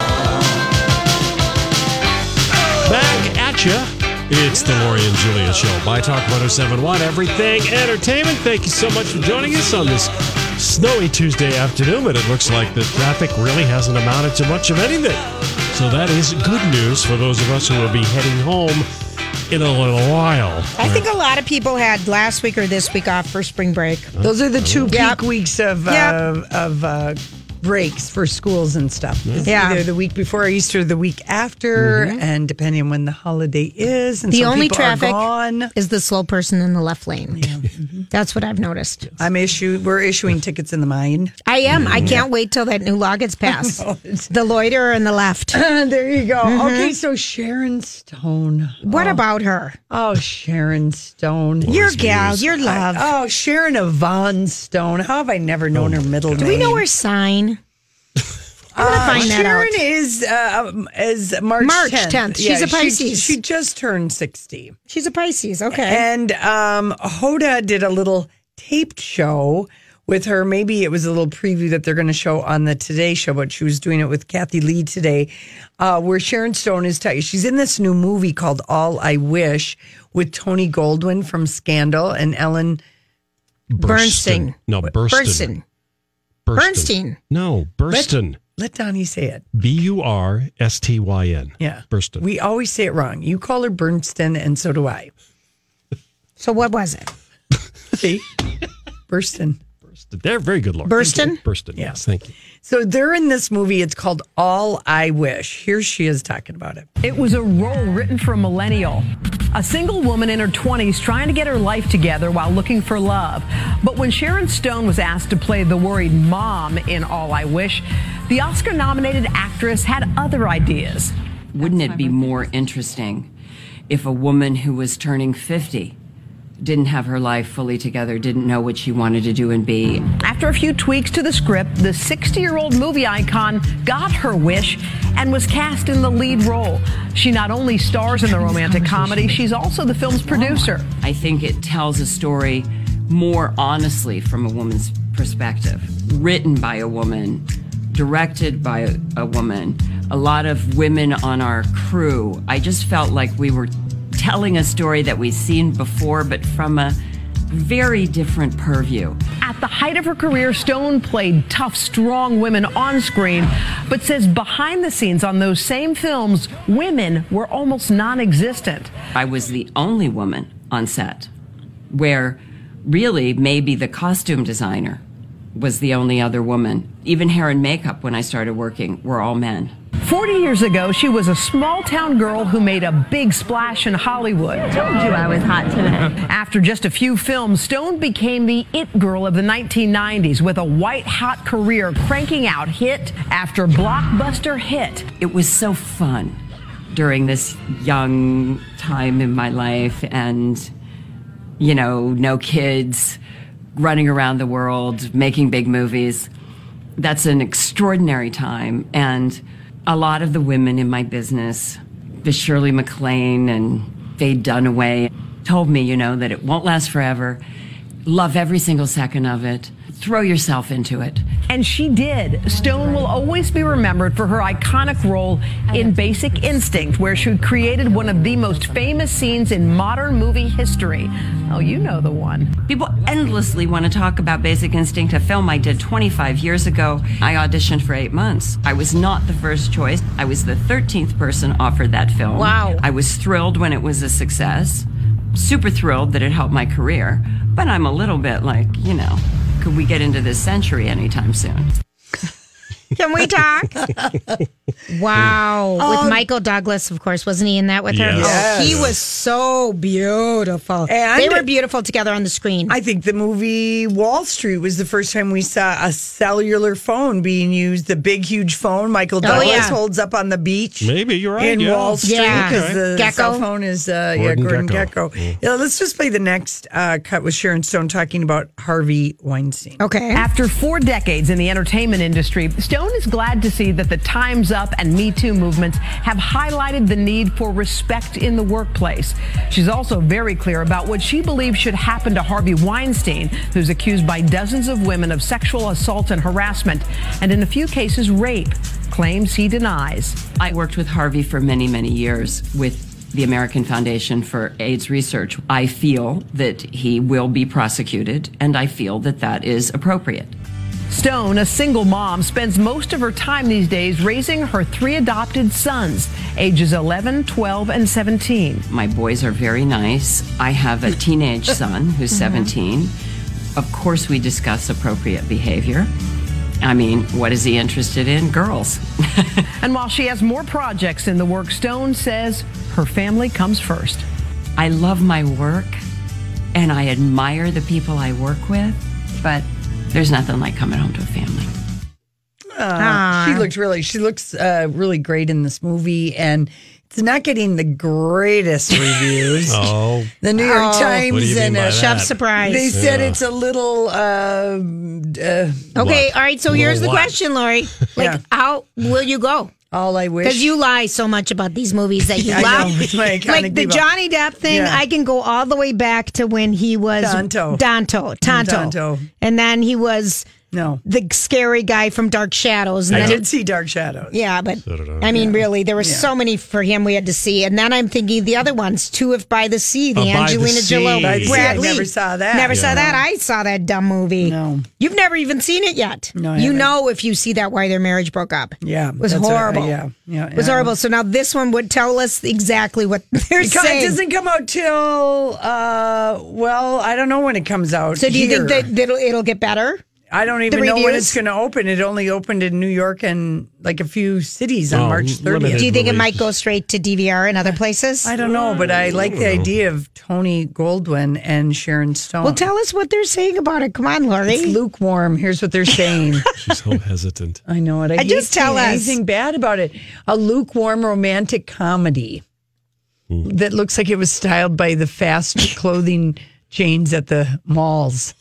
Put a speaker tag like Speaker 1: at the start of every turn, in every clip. Speaker 1: Back at you. It's the Lori and Julia Show. My Talk 1071, everything entertainment. Thank you so much for joining us on this snowy Tuesday afternoon. But it looks like the traffic really hasn't amounted to much of anything. So that is good news for those of us who will be heading home in a little while.
Speaker 2: I think a lot of people had last week or this week off for spring break.
Speaker 3: Those are the two
Speaker 2: Yep.
Speaker 3: peak weeks of uh,
Speaker 2: Yep.
Speaker 3: of uh, breaks for schools and stuff. It's
Speaker 2: Yeah.
Speaker 3: either the week before Easter, the week after, and depending on when the holiday is. And
Speaker 4: Mm-hmm. The
Speaker 3: some
Speaker 4: only
Speaker 3: people are
Speaker 4: traffic
Speaker 3: gone.
Speaker 4: is the slow person in the left lane. That's what I've noticed.
Speaker 3: I'm issue. We're issuing tickets in the mine.
Speaker 4: I am. I can't wait till that new law gets passed. the loiterer in the left.
Speaker 3: there you go.
Speaker 4: Mm-hmm.
Speaker 3: Okay, so Sharon Stone.
Speaker 4: What about her?
Speaker 3: Oh, Sharon Stone.
Speaker 2: Your gal, your love.
Speaker 3: Oh, Sharon Yvonne Stone. How have I never known her middle name?
Speaker 4: Do Oh we know her sign? I'm gonna find that
Speaker 3: Uh, Sharon
Speaker 4: out.
Speaker 3: is uh, um, is March
Speaker 4: March
Speaker 3: 10th.
Speaker 4: 10th. She's a
Speaker 3: she-
Speaker 4: Pisces.
Speaker 3: she just turned sixty.
Speaker 4: She's a Pisces. Okay.
Speaker 3: And um, Hoda did a little taped show with her. Maybe it was a little preview that they're going to show on the Today Show, but she was doing it with Kathy Lee today, uh, where Sharon Stone is. T- she's in this new movie called All I Wish with Tony Goldwyn from Scandal and Ellen.
Speaker 4: Bernstein.
Speaker 1: No, Burston.
Speaker 4: Bernstein. Bernstein.
Speaker 1: No, Burston.
Speaker 3: Let Donnie say it.
Speaker 1: B U R S T Y N.
Speaker 3: Yeah.
Speaker 1: Burston.
Speaker 3: We always say it wrong. You call her Bernstein, and so do I.
Speaker 4: So what was it?
Speaker 3: See? Burston.
Speaker 1: They're very good, Lori.
Speaker 4: Burston?
Speaker 1: Burston. Yes, thank you.
Speaker 3: So they're in this movie. It's called All I Wish. Here she is talking about it.
Speaker 5: It was a role written for a millennial. A single woman in her 20s trying to get her life together while looking for love. But when Sharon Stone was asked to play the worried mom in All I Wish, the Oscar nominated actress had other ideas.
Speaker 6: Wouldn't it be more interesting if a woman who was turning 50 didn't have her life fully together, didn't know what she wanted to do and be?
Speaker 5: After a few tweaks to the script, the 60 year old movie icon got her wish and was cast in the lead role. She not only stars in the romantic comedy, she's also the film's producer.
Speaker 6: I think it tells a story more honestly from a woman's perspective, written by a woman, directed by a, a woman, a lot of women on our crew. I just felt like we were telling a story that we've seen before, but from a very different purview.
Speaker 5: At the height of her career, Stone played tough, strong women on screen, but says behind the scenes on those same films, women were almost non existent.
Speaker 6: I was the only woman on set where really maybe the costume designer was the only other woman. Even hair and makeup when I started working were all men.
Speaker 5: 40 years ago, she was a small town girl who made a big splash in Hollywood. told you I was hot today. After just a few films, Stone became the it girl of the 1990s with a white hot career cranking out hit after blockbuster hit.
Speaker 6: It was so fun during this young time in my life and, you know, no kids, running around the world, making big movies. That's an extraordinary time. And a lot of the women in my business, the Shirley MacLaine and Faye Dunaway, told me, you know, that it won't last forever. Love every single second of it. throw yourself into it.
Speaker 5: And she did. Stone will always be remembered for her iconic role in Basic Instinct, where she created one of the most famous scenes in modern movie history. Oh, you know the one.
Speaker 6: People endlessly want to talk about Basic Instinct, a film I did 25 years ago. I auditioned for eight months. I was not the first choice. I was the 13th person offered that film.
Speaker 4: Wow.
Speaker 6: I was thrilled when it was a success, super thrilled that it helped my career, but I'm a little bit like, you know, could we get into this century anytime soon?
Speaker 4: Can we talk? wow.
Speaker 3: Um,
Speaker 4: with Michael Douglas, of course, wasn't he in that with her?
Speaker 1: Yes.
Speaker 4: Oh, he was so beautiful.
Speaker 3: And-
Speaker 4: they were beautiful together on the screen.
Speaker 3: I think the movie Wall Street was the first time we saw a cellular phone being used. The big, huge phone Michael Douglas
Speaker 4: Oh, yeah.
Speaker 3: holds up on the beach.
Speaker 1: Maybe, you're right,
Speaker 3: In
Speaker 1: yeah.
Speaker 3: Wall Street,
Speaker 4: Yeah.
Speaker 3: because the
Speaker 4: Gecko.
Speaker 3: cell phone is uh, yeah,
Speaker 1: Gordon
Speaker 3: Gordon
Speaker 1: Gecko.
Speaker 3: Gecko.
Speaker 1: Mm.
Speaker 3: Yeah, let's just play the next uh, cut with Sharon Stone talking about Harvey Weinstein.
Speaker 4: okay.
Speaker 5: After four decades in the entertainment industry, Stone is glad to see that the Time's Up and Me Too movements have highlighted the need for respect in the workplace. She's also very clear about what she believes should happen to Harvey Weinstein, who's accused by dozens of women of sexual assault and harassment, and in a few cases, rape, claims he denies.
Speaker 6: I worked with Harvey for many, many years with the American Foundation for AIDS Research. I feel that he will be prosecuted, and I feel that that is appropriate.
Speaker 5: Stone, a single mom, spends most of her time these days raising her three adopted sons, ages 11, 12, and 17.
Speaker 6: My boys are very nice. I have a teenage son who's 17. Of course, we discuss appropriate behavior. I mean, what is he interested in? Girls.
Speaker 5: And while she has more projects in the work, Stone says her family comes first.
Speaker 6: I love my work and I admire the people I work with, but there's nothing like coming home to a family.
Speaker 3: Uh, She looked really, she looks uh, really great in this movie, and it's not getting the greatest reviews.
Speaker 1: Oh,
Speaker 3: The New York
Speaker 1: What do
Speaker 3: Times
Speaker 1: you
Speaker 3: and
Speaker 1: mean by
Speaker 3: a
Speaker 1: that?
Speaker 4: Shove surprise.
Speaker 3: They said it's a little. Uh,
Speaker 4: okay.
Speaker 1: What?
Speaker 4: All right. So
Speaker 1: Little
Speaker 4: here's the
Speaker 1: what?
Speaker 4: question, Lori. Like,
Speaker 3: Yeah.
Speaker 4: how will you go?
Speaker 3: all I wish.
Speaker 4: Because you lie so much about these movies that you
Speaker 3: I
Speaker 4: love.
Speaker 3: know, it's my
Speaker 4: like
Speaker 3: iconic
Speaker 4: the
Speaker 3: diva.
Speaker 4: Johnny Depp thing,
Speaker 3: Yeah.
Speaker 4: I can go all the way back to when he was
Speaker 3: Tonto.
Speaker 4: Tonto, Tonto.
Speaker 3: Tonto.
Speaker 4: And then he was
Speaker 3: no.
Speaker 4: the scary guy from Dark Shadows. And
Speaker 3: I
Speaker 4: then
Speaker 3: did see Dark Shadows.
Speaker 4: Yeah, but
Speaker 1: did I.
Speaker 4: I mean, really, there were so many for him we had to see. And then I'm thinking the other ones, Two If by the Sea, the
Speaker 1: Oh, By the
Speaker 4: Angelina
Speaker 1: Sea.
Speaker 4: Jolie,
Speaker 1: By the Sea, I
Speaker 4: Brad Lee.
Speaker 3: never saw that.
Speaker 4: Never
Speaker 1: Yeah.
Speaker 4: saw that. I saw that dumb movie.
Speaker 3: No.
Speaker 4: you've never even seen it yet.
Speaker 3: No, I
Speaker 4: you
Speaker 3: haven't.
Speaker 4: know if you see that why their marriage broke up.
Speaker 3: Yeah,
Speaker 4: it was
Speaker 3: that's what I-
Speaker 4: horrible.
Speaker 3: yeah, yeah,
Speaker 4: it was
Speaker 3: yeah.
Speaker 4: horrible. So now this one would tell us exactly what they're
Speaker 3: It co- It
Speaker 4: saying.
Speaker 3: doesn't come out till uh, well, I don't know when it comes out.
Speaker 4: so do you think
Speaker 3: here.
Speaker 4: that that'll, it'll get better?
Speaker 3: I don't even
Speaker 4: the
Speaker 3: know when
Speaker 4: reviews?
Speaker 3: it's going to open? It only opened in New York and like a few cities on
Speaker 1: Oh,
Speaker 3: March
Speaker 1: limited.
Speaker 3: thirtieth.
Speaker 4: Do you think it
Speaker 1: release.
Speaker 4: might go straight to DVR and other places?
Speaker 3: I don't know, but I like the idea of Tony Goldwyn and Sharon Stone.
Speaker 4: well, tell us what they're saying about it. Come on, Lori.
Speaker 3: it's lukewarm. Here's what they're saying.
Speaker 1: she's so hesitant.
Speaker 3: I know it. I,
Speaker 4: I
Speaker 3: hate
Speaker 4: just tell
Speaker 3: saying
Speaker 4: us.
Speaker 3: anything bad about it. A lukewarm romantic comedy that looks like it was styled by the fast clothing chains at the malls.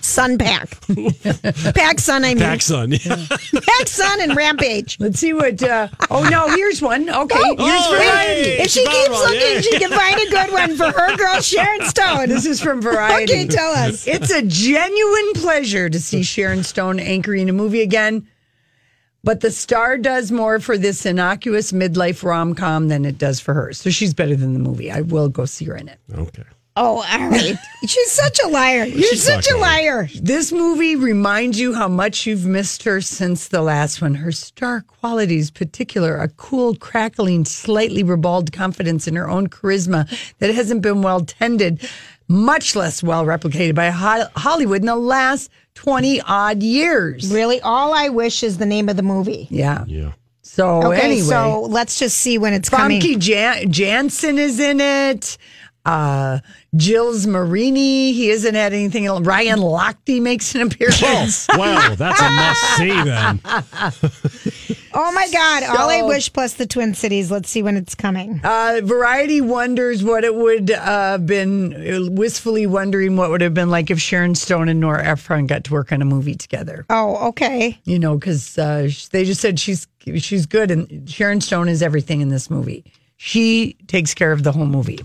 Speaker 4: Sun Pack. Pack Sun, I mean.
Speaker 1: Pack son. Yeah.
Speaker 4: Pack Sun and Rampage.
Speaker 3: Let's see what. Uh, oh no, here's one. Okay, here's
Speaker 1: Oh,
Speaker 3: Variety.
Speaker 1: hey,
Speaker 4: If she
Speaker 1: she found
Speaker 4: keeps
Speaker 1: one,
Speaker 4: looking,
Speaker 1: yeah.
Speaker 4: she can find a good one for her girl, Sharon Stone.
Speaker 3: This is from Variety.
Speaker 4: Okay, tell us.
Speaker 3: It's a genuine pleasure to see Sharon Stone anchoring a movie again. But the star does more for this innocuous midlife rom com than it does for her. So she's better than the movie. I will go see her in it.
Speaker 1: Okay.
Speaker 4: Oh, all right. She's such a liar. You're
Speaker 1: She's
Speaker 4: such
Speaker 1: not
Speaker 4: a
Speaker 1: gonna-
Speaker 4: liar.
Speaker 3: This movie reminds you how much you've missed her since the last one. Her star qualities, particular a cool, crackling, slightly ribald confidence in her own charisma that hasn't been well tended, much less well replicated by Ho- Hollywood in the last 20 odd years.
Speaker 4: Really, all I wish is the name of the movie.
Speaker 3: Yeah.
Speaker 1: Yeah.
Speaker 3: So
Speaker 4: Okay,
Speaker 3: Oh, anyway,
Speaker 4: so let's just see when it's coming.
Speaker 3: Funky Jan- Jansen is in it. Uh, Jill's Marini. He hasn't had anything. else. Ryan Lochte makes an appearance.
Speaker 1: Wow, Oh, that's a must see then.
Speaker 4: Oh my God! all I wish plus the Twin Cities. Let's see when it's coming.
Speaker 3: Uh, Variety wonders what it would have uh, been, wistfully wondering what would have been like if Sharon Stone and Nora Ephron got to work on a movie together.
Speaker 4: oh, okay.
Speaker 3: You know, because uh, sh- they just said she's she's good, and Sharon Stone is everything in this movie. She takes care of the whole movie.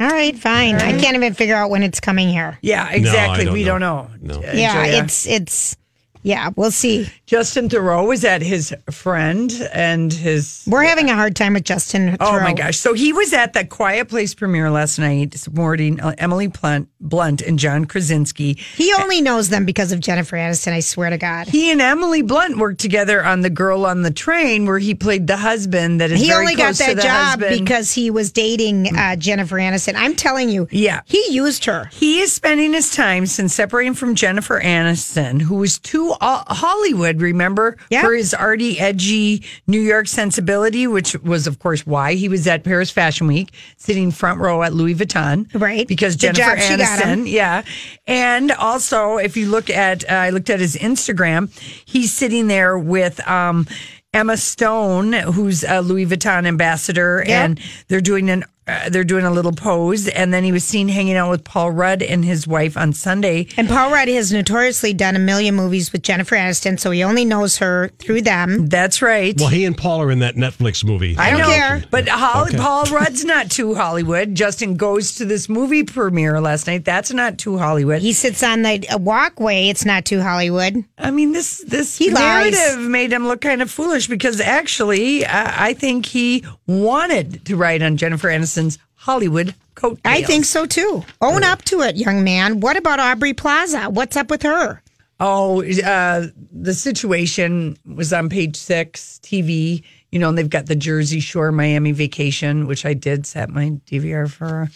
Speaker 4: All right, fine. I can't even figure out when it's coming here.
Speaker 3: Yeah, exactly.
Speaker 1: don't
Speaker 3: we
Speaker 1: know.
Speaker 3: don't know.
Speaker 1: No.
Speaker 3: Uh,
Speaker 4: Yeah,
Speaker 3: Julia.
Speaker 4: it's it's yeah, we'll see.
Speaker 3: Justin Thoreau is at his friend and his.
Speaker 4: We're having a hard time with Justin.
Speaker 3: Oh
Speaker 4: Theroux.
Speaker 3: my gosh! So he was at the Quiet Place premiere last night, supporting uh, Emily Blunt, Blunt and John Krasinski.
Speaker 4: He only knows them because of Jennifer Aniston, I swear to God.
Speaker 3: He and Emily Blunt worked together on The Girl on the Train, where he played the husband that is.
Speaker 4: He
Speaker 3: very
Speaker 4: only got
Speaker 3: close to
Speaker 4: that
Speaker 3: the
Speaker 4: job
Speaker 3: husband. Mm.
Speaker 4: because he was dating uh, Jennifer Aniston. I'm telling you.
Speaker 3: Yeah.
Speaker 4: He used her.
Speaker 3: He is spending his time since separating from Jennifer Aniston, who was too uh, Hollywood, remember,
Speaker 4: Yeah.
Speaker 3: for his arty, edgy New York sensibility, which was, of course, why he was at Paris Fashion Week, sitting front row at Louis Vuitton,
Speaker 4: Right.
Speaker 3: Because
Speaker 4: The
Speaker 3: Jennifer
Speaker 4: job she got him.
Speaker 3: Aniston, yeah. And also, if you look at, uh, I looked at his Instagram, he's sitting there with um, Emma Stone, who's a Louis Vuitton ambassador,
Speaker 4: Yeah.
Speaker 3: and they're doing an uh, they're doing a little pose, and then he was seen hanging out with Paul Rudd and his wife on Sunday.
Speaker 4: And Paul Rudd has notoriously done a million movies with Jennifer Aniston, so he only knows her through them.
Speaker 3: That's right.
Speaker 1: Well, he and Paul are in that Netflix movie.
Speaker 3: I don't
Speaker 4: don't care.
Speaker 3: But Holly,
Speaker 1: Okay.
Speaker 3: Paul Rudd's not too Hollywood. Justin goes to this movie premiere last night. That's not too Hollywood.
Speaker 4: He sits on the uh, walkway. It's not too Hollywood.
Speaker 3: I mean, this this
Speaker 4: He lies.
Speaker 3: narrative made him look kind of foolish because actually, I I think he wanted to ride on Jennifer Aniston's Hollywood coat.
Speaker 4: I think so too. Own up to it, young man. What about Aubrey Plaza? What's up with her?
Speaker 3: Oh, uh, the situation was on page six TV. You know, and they've got the Jersey Shore Miami vacation, which I did set my DVR for.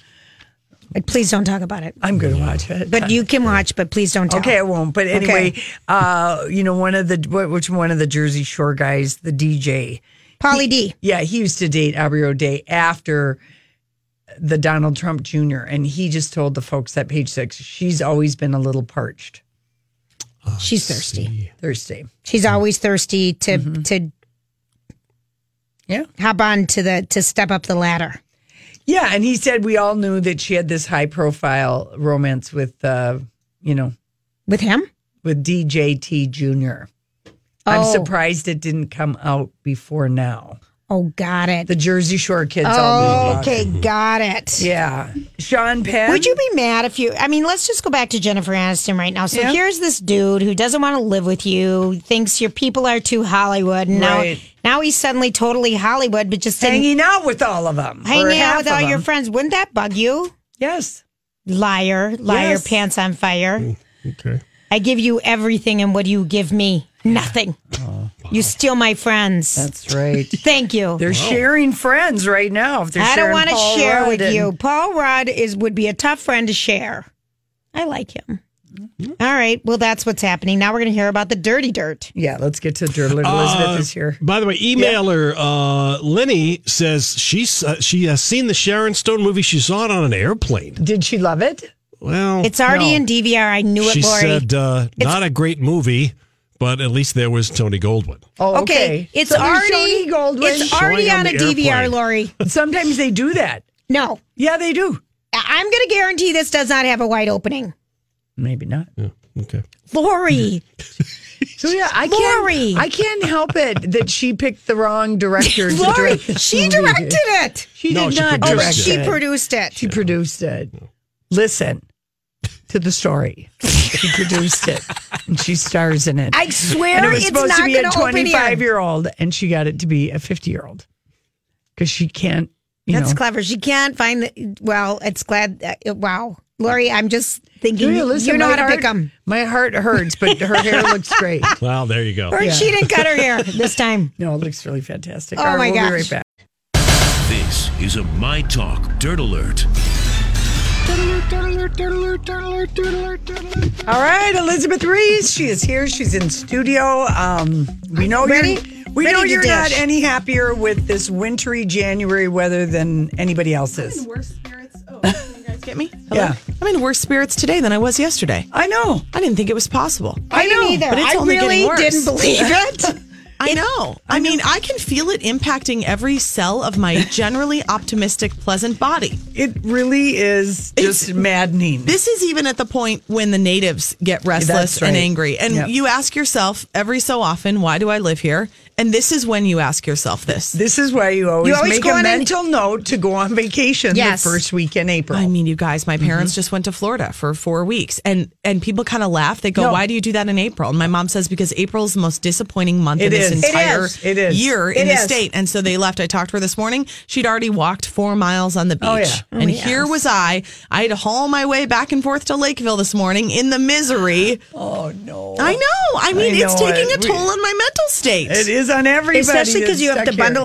Speaker 4: Like, please don't talk about it.
Speaker 3: I'm going to watch it.
Speaker 4: But you can watch, but please don't tell.
Speaker 3: Okay, I won't. But anyway, uh, you know, one of the what- which one of the Jersey Shore guys, the DJ.
Speaker 4: Polly D.
Speaker 3: Yeah, he used to date Aubrey O'Day after the Donald Trump Jr. And he just told the folks at page six, she's always been a little parched,
Speaker 4: She's thirsty.
Speaker 3: thirsty.
Speaker 4: She's always thirsty to to
Speaker 3: Mm-hmm. Yeah.
Speaker 4: hop on to the to step up the ladder.
Speaker 3: Yeah, and he said we all knew that she had this high profile romance with uh, you know,
Speaker 4: With him?
Speaker 3: with DJT Jr. I'm
Speaker 4: Oh.
Speaker 3: surprised it didn't come out before now.
Speaker 4: Oh, got it.
Speaker 3: The Jersey Shore kids all knew
Speaker 4: Oh,
Speaker 3: about it.
Speaker 4: okay, got it.
Speaker 3: Yeah. Sean Penn.
Speaker 4: Would you be mad if you? I mean, let's just go back to Jennifer Aniston right now. So
Speaker 3: Yeah.
Speaker 4: here's this dude who doesn't want to live with you, thinks your people are too Hollywood, and
Speaker 3: Right.
Speaker 4: now now he's suddenly totally Hollywood, but just didn't
Speaker 3: hanging out with all of them? or
Speaker 4: hang
Speaker 3: half
Speaker 4: out with
Speaker 3: of
Speaker 4: all your
Speaker 3: them?
Speaker 4: friends. Wouldn't that bug you?
Speaker 3: Yes.
Speaker 4: Liar, liar,
Speaker 3: Yes.
Speaker 4: pants on fire.
Speaker 1: Okay.
Speaker 4: I give you everything, and what do you give me? Nothing. You steal my friends.
Speaker 3: Uh, That's right.
Speaker 4: Thank you.
Speaker 3: They're sharing friends right now. If they're
Speaker 4: I don't
Speaker 3: sharing
Speaker 4: want to
Speaker 3: Paul
Speaker 4: share
Speaker 3: Rudd
Speaker 4: with
Speaker 3: and-
Speaker 4: you. Paul Rudd is would be a tough friend to share. I like him.
Speaker 3: Mm-hmm.
Speaker 4: All right. Well, that's what's happening. Now we're going to hear about the dirty dirt.
Speaker 3: Yeah, let's get to Dirtler Elizabeth
Speaker 1: Uh,
Speaker 3: is here.
Speaker 1: By the way, emailer uh, Lenny says she's uh, she has seen the Sharon Stone movie. She saw it on an airplane.
Speaker 3: Did she love it?
Speaker 1: Well,
Speaker 4: It's already
Speaker 3: No.
Speaker 4: in DVR. I knew it,
Speaker 1: she
Speaker 4: Lori.
Speaker 1: said uh, not a great movie, but at least there was Tony Goldwyn.
Speaker 3: Oh,
Speaker 4: okay. It's
Speaker 3: So there's
Speaker 4: already
Speaker 3: Tony Goldwyn.
Speaker 4: It's
Speaker 1: Showing
Speaker 4: already
Speaker 1: on
Speaker 4: on,
Speaker 1: the
Speaker 4: a DVR,
Speaker 1: airplane.
Speaker 4: Lori.
Speaker 3: Sometimes they do that.
Speaker 4: No,
Speaker 3: Yeah, they do.
Speaker 4: I- I'm going to guarantee this does not have a wide opening.
Speaker 3: Maybe not.
Speaker 1: Okay.
Speaker 4: Lori,
Speaker 3: So yeah, I can't.
Speaker 4: Lori.
Speaker 3: I can't help it that she picked the wrong director. to
Speaker 4: Lori,
Speaker 3: direct this
Speaker 4: she
Speaker 3: movie.
Speaker 4: directed it.
Speaker 3: She
Speaker 1: No,
Speaker 3: did
Speaker 1: she
Speaker 3: not
Speaker 1: produced
Speaker 4: Oh,
Speaker 3: direct
Speaker 4: but
Speaker 1: it.
Speaker 4: she
Speaker 3: it.
Speaker 4: produced it.
Speaker 3: She produced it. Listen to the story. she produced it, and she stars in it.
Speaker 4: I
Speaker 3: and it
Speaker 4: swear
Speaker 3: was
Speaker 4: it's
Speaker 3: supposed
Speaker 4: not
Speaker 3: to be
Speaker 4: going
Speaker 3: a
Speaker 4: to open here.
Speaker 3: twenty-five-year-old, and she got it to be a fifty-year-old because she can't. You
Speaker 4: That's
Speaker 3: know,
Speaker 4: clever. She can't find the. Well, it's glad. Uh, wow, Lori, I'm just thinking.
Speaker 3: Julia,
Speaker 4: You,
Speaker 3: listen,
Speaker 4: know
Speaker 3: my
Speaker 4: how to pick
Speaker 3: heart-
Speaker 4: them.
Speaker 3: My heart hurts, but her hair looks great.
Speaker 1: Well, there you go.
Speaker 4: Or she didn't cut her hair this time.
Speaker 3: No, it looks really fantastic.
Speaker 4: Oh
Speaker 3: All right,
Speaker 4: my
Speaker 3: we'll be right
Speaker 4: gosh.
Speaker 3: back.
Speaker 7: This is a My Talk Dirt Alert.
Speaker 3: All right, Elizabeth Reese, she is here. She's in studio. Um, we know
Speaker 4: Ready?
Speaker 3: you're we
Speaker 4: Ready
Speaker 3: know
Speaker 4: to
Speaker 3: you're not
Speaker 4: dish.
Speaker 3: any happier with this wintry January weather than anybody else is.
Speaker 8: worse spirits. Oh, can you guys get me? Hello?
Speaker 3: Yeah.
Speaker 8: I'm in worse spirits today than I was yesterday.
Speaker 3: I know.
Speaker 8: I didn't think it was possible.
Speaker 3: I know.
Speaker 4: Neither.
Speaker 8: but it's
Speaker 4: I
Speaker 8: only getting
Speaker 4: really
Speaker 8: worse.
Speaker 4: didn't believe it.
Speaker 8: I know. I, mean, I can feel it impacting every cell of my generally optimistic, pleasant body.
Speaker 3: It really is just maddening.
Speaker 8: This is even at the point when the natives get restless
Speaker 3: right.
Speaker 8: and angry. And
Speaker 3: Yep.
Speaker 8: you ask yourself every so often, why do I live here? And this is when you ask yourself this.
Speaker 3: This is why you always,
Speaker 8: You always
Speaker 3: make
Speaker 8: go
Speaker 3: a
Speaker 8: on an-
Speaker 3: mental note to go on vacation
Speaker 8: Yes.
Speaker 3: the first week in April.
Speaker 8: I mean, you guys,
Speaker 3: Mm-hmm.
Speaker 8: my parents just went to Florida for four weeks, and and people kind of laugh. They go,
Speaker 3: No.
Speaker 8: "Why do you do that in April?" And my mom says because April's the most disappointing month
Speaker 3: It
Speaker 8: in this
Speaker 3: is. It
Speaker 8: entire
Speaker 3: is. It is.
Speaker 8: year
Speaker 3: It
Speaker 8: in the
Speaker 3: is.
Speaker 8: state. And so they left. I talked to her this morning. She'd already walked four miles on the beach,
Speaker 3: Oh, yeah. Oh,
Speaker 8: and
Speaker 3: yeah.
Speaker 8: here was I. I had to haul my way back and forth to Lakeville this morning in the misery.
Speaker 3: Oh no!
Speaker 8: I know. I mean,
Speaker 3: I
Speaker 8: it's
Speaker 3: know
Speaker 8: taking
Speaker 3: it.
Speaker 8: a toll
Speaker 3: We-
Speaker 8: on my mental state.
Speaker 3: It is on everybody.
Speaker 2: Especially 'cause you have
Speaker 3: that's
Speaker 2: to
Speaker 3: stuck here.
Speaker 2: bundle-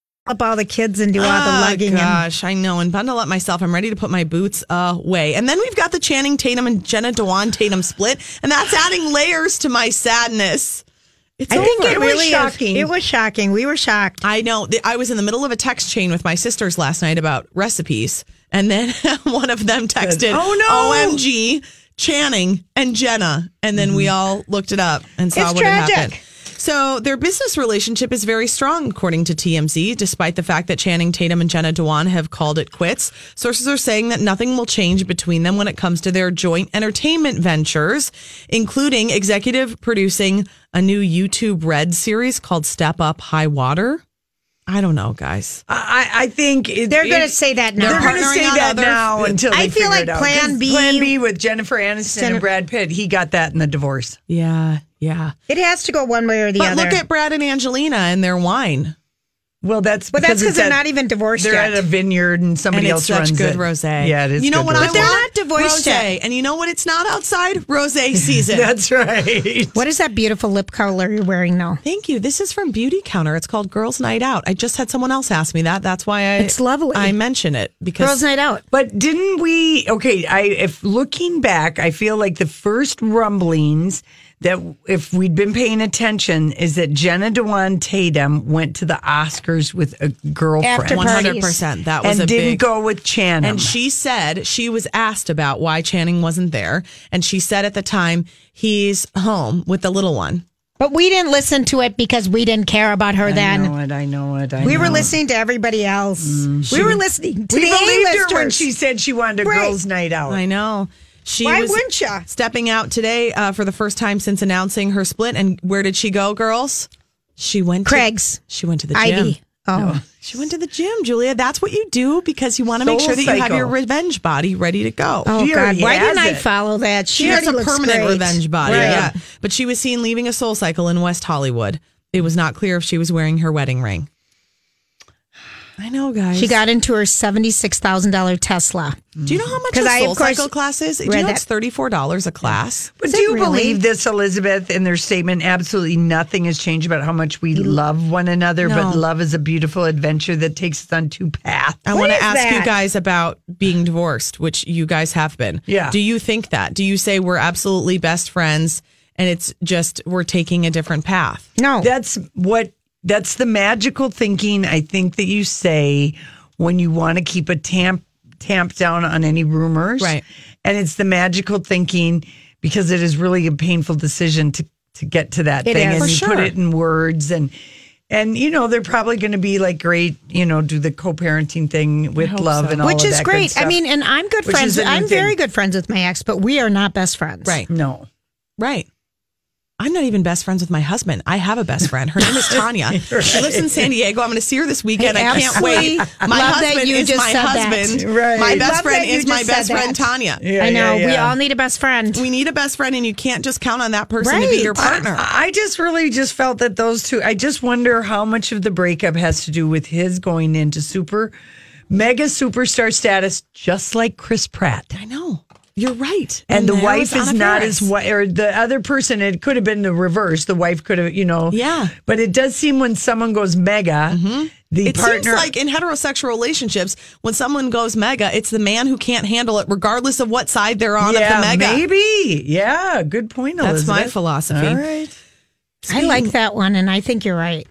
Speaker 4: Up all the kids and do all the
Speaker 3: Ah,
Speaker 8: Oh,
Speaker 4: lugging. And-
Speaker 8: gosh, I know. And bundle up myself. I'm ready to put my boots away. And then we've got the Channing Tatum and Jenna Dewan Tatum split, and that's adding layers to my sadness. It's
Speaker 4: I think
Speaker 8: over.
Speaker 4: it was shocking. It
Speaker 8: was shocking. We were shocked. I know. Th- I was in the middle of a text chain with my sisters last night about recipes, and then one of them texted,
Speaker 3: "Oh, no."
Speaker 8: OMG, Channing and Jenna." And then we all looked it up and saw
Speaker 3: It's
Speaker 8: what had
Speaker 3: tragic.
Speaker 8: happened. So their business relationship is very strong, according to TMZ, despite the fact that Channing Tatum and Jenna Dewan have called it quits. Sources are saying that nothing will change between them when it comes to their joint entertainment ventures, including executive producing a new YouTube Red series called Step Up High Water. I don't know, guys.
Speaker 3: I, I think it,
Speaker 8: They're gonna
Speaker 3: it-
Speaker 8: say that now.
Speaker 3: They're going to
Speaker 8: Partnering
Speaker 3: say
Speaker 8: on
Speaker 3: that
Speaker 8: other-
Speaker 3: now until
Speaker 8: I
Speaker 3: they
Speaker 8: feel
Speaker 3: figure
Speaker 8: like
Speaker 3: it out.
Speaker 8: Plan
Speaker 3: 'Cause
Speaker 8: B-
Speaker 3: Plan B with Jennifer Aniston
Speaker 8: Jennifer-
Speaker 3: and Brad Pitt. He got that in the divorce.
Speaker 8: Yeah, yeah.
Speaker 4: It has to go one way or the
Speaker 8: But
Speaker 4: other.
Speaker 8: look at Brad and Angelina and their wine.
Speaker 3: Well, that's
Speaker 4: Well, that's because
Speaker 3: it's
Speaker 4: they're
Speaker 3: at-
Speaker 4: not even divorced
Speaker 3: They're
Speaker 4: yet.
Speaker 3: at a vineyard and somebody
Speaker 8: and
Speaker 3: else
Speaker 8: it's such
Speaker 3: runs
Speaker 8: good
Speaker 3: it.
Speaker 8: rosé.
Speaker 3: Yeah, it is.
Speaker 8: You know
Speaker 3: good
Speaker 8: what
Speaker 3: rosé.
Speaker 8: I want?
Speaker 4: not divorced
Speaker 8: rosé.
Speaker 4: yet.
Speaker 8: And you know what? It's not outside rosé season.
Speaker 3: That's right.
Speaker 4: What is that beautiful lip color you're wearing now?
Speaker 8: Thank you. This is from Beauty Counter. It's called Girls Night Out. I just had someone else ask me that. That's why I
Speaker 4: It's lovely.
Speaker 8: I mention it because
Speaker 4: Girls' night out.
Speaker 3: But didn't we? Okay, I if looking back, I feel like the first rumblings that if we'd been paying attention is that Jenna Dewan Tatum went to the Oscars with a girlfriend,
Speaker 8: After parties. 100%. That was
Speaker 3: and
Speaker 8: a
Speaker 3: didn't
Speaker 8: big-
Speaker 3: go with Channing.
Speaker 8: And she said she was asked about why Channing wasn't there, and she said at the time he's home with the little one.
Speaker 4: But we didn't listen to it because we didn't care about her
Speaker 3: I
Speaker 4: then.
Speaker 3: know it. I know it. I
Speaker 4: we were
Speaker 3: know it.
Speaker 4: listening to everybody else. we
Speaker 3: She-
Speaker 4: were listening to
Speaker 3: we
Speaker 4: the
Speaker 3: believed her when
Speaker 4: A-listers.
Speaker 3: she said she wanted a
Speaker 4: Right.
Speaker 3: girls' night out.
Speaker 8: I know. She
Speaker 4: Why
Speaker 8: was
Speaker 4: wouldn't you?
Speaker 8: Stepping out today uh, for the first time since announcing her split. And where did she go, girls? She went
Speaker 4: Craig's.
Speaker 8: To, she went to the
Speaker 4: Ivy.
Speaker 8: gym.
Speaker 4: Oh.
Speaker 8: She went to the gym, Julia. That's what you do because you want to make
Speaker 3: Soul
Speaker 8: sure that you have
Speaker 3: cycle.
Speaker 8: your revenge body ready to go.
Speaker 4: Oh
Speaker 3: She
Speaker 4: God!
Speaker 3: already
Speaker 4: Why didn't
Speaker 3: has
Speaker 4: I
Speaker 3: it.
Speaker 4: follow that? She,
Speaker 8: She has a
Speaker 4: already looks
Speaker 8: permanent
Speaker 4: great.
Speaker 8: revenge body.
Speaker 4: Right.
Speaker 8: Yeah. But she was seen leaving a soul cycle in West Hollywood. It was not clear if she was wearing her wedding ring. I know, guys.
Speaker 4: She got into her seventy-six thousand dollar Tesla.
Speaker 8: Do you know how much
Speaker 4: Mm.
Speaker 8: a
Speaker 4: 'Cause I, of
Speaker 8: soul
Speaker 4: course,
Speaker 8: cycle class is? Do
Speaker 4: read
Speaker 8: you know
Speaker 4: that.
Speaker 8: it's $34 a class?
Speaker 3: But
Speaker 4: Is
Speaker 3: do
Speaker 4: it
Speaker 3: you
Speaker 4: really?
Speaker 3: believe this, Elizabeth, in their statement? Absolutely nothing has changed about how much we love one another, but
Speaker 8: No.
Speaker 3: love is a beautiful adventure that takes us on two paths.
Speaker 8: I want
Speaker 4: is
Speaker 8: to ask you
Speaker 4: that?
Speaker 8: guys about being divorced, which you guys have been.
Speaker 3: Yeah.
Speaker 8: Do you think that? Do you say we're absolutely best friends and it's just we're taking a different path?
Speaker 4: No,
Speaker 3: That's what that's the magical thinking I think that you say when you want to keep a tamp tamp down on any rumors.
Speaker 8: Right.
Speaker 3: And it's the magical thinking because it is really a painful decision to to get to that
Speaker 4: It
Speaker 3: thing
Speaker 4: is.
Speaker 3: and
Speaker 4: For
Speaker 3: you put
Speaker 8: sure.
Speaker 3: it in words and and you know they're probably going to be like great, you know, do the co-parenting thing with love and all
Speaker 4: which
Speaker 3: of
Speaker 4: is
Speaker 3: that good
Speaker 4: great. I
Speaker 3: stuff.
Speaker 4: mean, and I'm good
Speaker 3: Which is
Speaker 4: friends.
Speaker 3: a new
Speaker 4: I'm
Speaker 3: thing.
Speaker 4: very good friends with my ex, but we are not best friends.
Speaker 8: Right.
Speaker 3: no.
Speaker 8: Right. I'm not even best friends with my husband. I have a best friend. Her name is Tanya. She lives in San Diego. I'm going to see her this weekend.
Speaker 4: I
Speaker 8: I can't
Speaker 4: absolutely
Speaker 8: wait. My
Speaker 4: love that
Speaker 8: husband
Speaker 4: you
Speaker 8: is
Speaker 4: just
Speaker 8: my
Speaker 4: said that.
Speaker 8: husband.
Speaker 4: Right.
Speaker 8: My
Speaker 4: Love
Speaker 8: best
Speaker 4: that
Speaker 8: friend
Speaker 4: you
Speaker 8: is my
Speaker 4: just said
Speaker 8: best friend
Speaker 4: that.
Speaker 8: Tanya.
Speaker 4: Yeah, I know. yeah, We yeah. all need a best friend.
Speaker 8: We need a best friend, and you can't just count on that person to be your partner.
Speaker 3: I, I just really just felt that those two. I just wonder how much of the breakup has to do with his going into super, mega superstar status, just like Chris Pratt.
Speaker 8: I know. You're right.
Speaker 3: And, the
Speaker 8: there
Speaker 3: wife
Speaker 8: was
Speaker 3: is
Speaker 8: Anna
Speaker 3: not
Speaker 8: Faris.
Speaker 3: as what, or the other person. It could have been the reverse. The wife could have, you know.
Speaker 8: Yeah. Mm-hmm.
Speaker 3: But it does seem when someone goes mega, the
Speaker 8: it
Speaker 3: partner.
Speaker 8: seems like in heterosexual relationships, when someone goes mega, it's the man who can't handle it, regardless of what side they're on
Speaker 3: yeah,
Speaker 8: of the mega.
Speaker 3: maybe. Yeah, good point.
Speaker 8: That's my
Speaker 3: Elizabeth.
Speaker 8: philosophy.
Speaker 3: All right.
Speaker 4: I like that one, and I think you're right.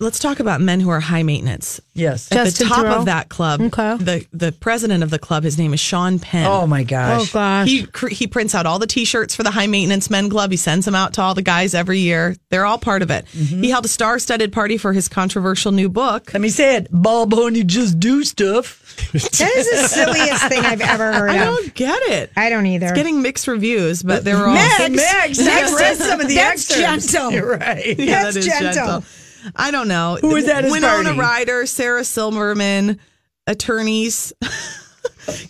Speaker 8: Let's talk about men who are high maintenance.
Speaker 3: Yes.
Speaker 8: At
Speaker 4: Justin
Speaker 8: the top
Speaker 4: Thoreau.
Speaker 8: of that club,
Speaker 4: Okay.
Speaker 8: the the president of the club, his name is Sean Penn.
Speaker 3: Oh my gosh.
Speaker 4: gosh.
Speaker 8: He cr- he prints out all the T-shirts for the High Maintenance Men Club. He sends them out to all the guys every year. They're all part of it.
Speaker 3: Mm-hmm.
Speaker 8: He held a star-studded party for his controversial new book.
Speaker 3: Let me say it. Bob Honey just do stuff.
Speaker 4: That is the silliest thing I've ever heard
Speaker 8: I
Speaker 4: of.
Speaker 8: don't get it.
Speaker 4: I don't either.
Speaker 8: It's getting mixed reviews, but they were all
Speaker 3: Hey, Megs, Megs read some of the
Speaker 4: That's
Speaker 3: excerpts.
Speaker 4: gentle.
Speaker 3: You're right.
Speaker 8: Yeah,
Speaker 4: That's
Speaker 8: that is
Speaker 4: gentle.
Speaker 8: I don't know.
Speaker 3: Who was at his
Speaker 8: Winona
Speaker 3: party?
Speaker 8: Ryder, Sarah Silverman, attorneys.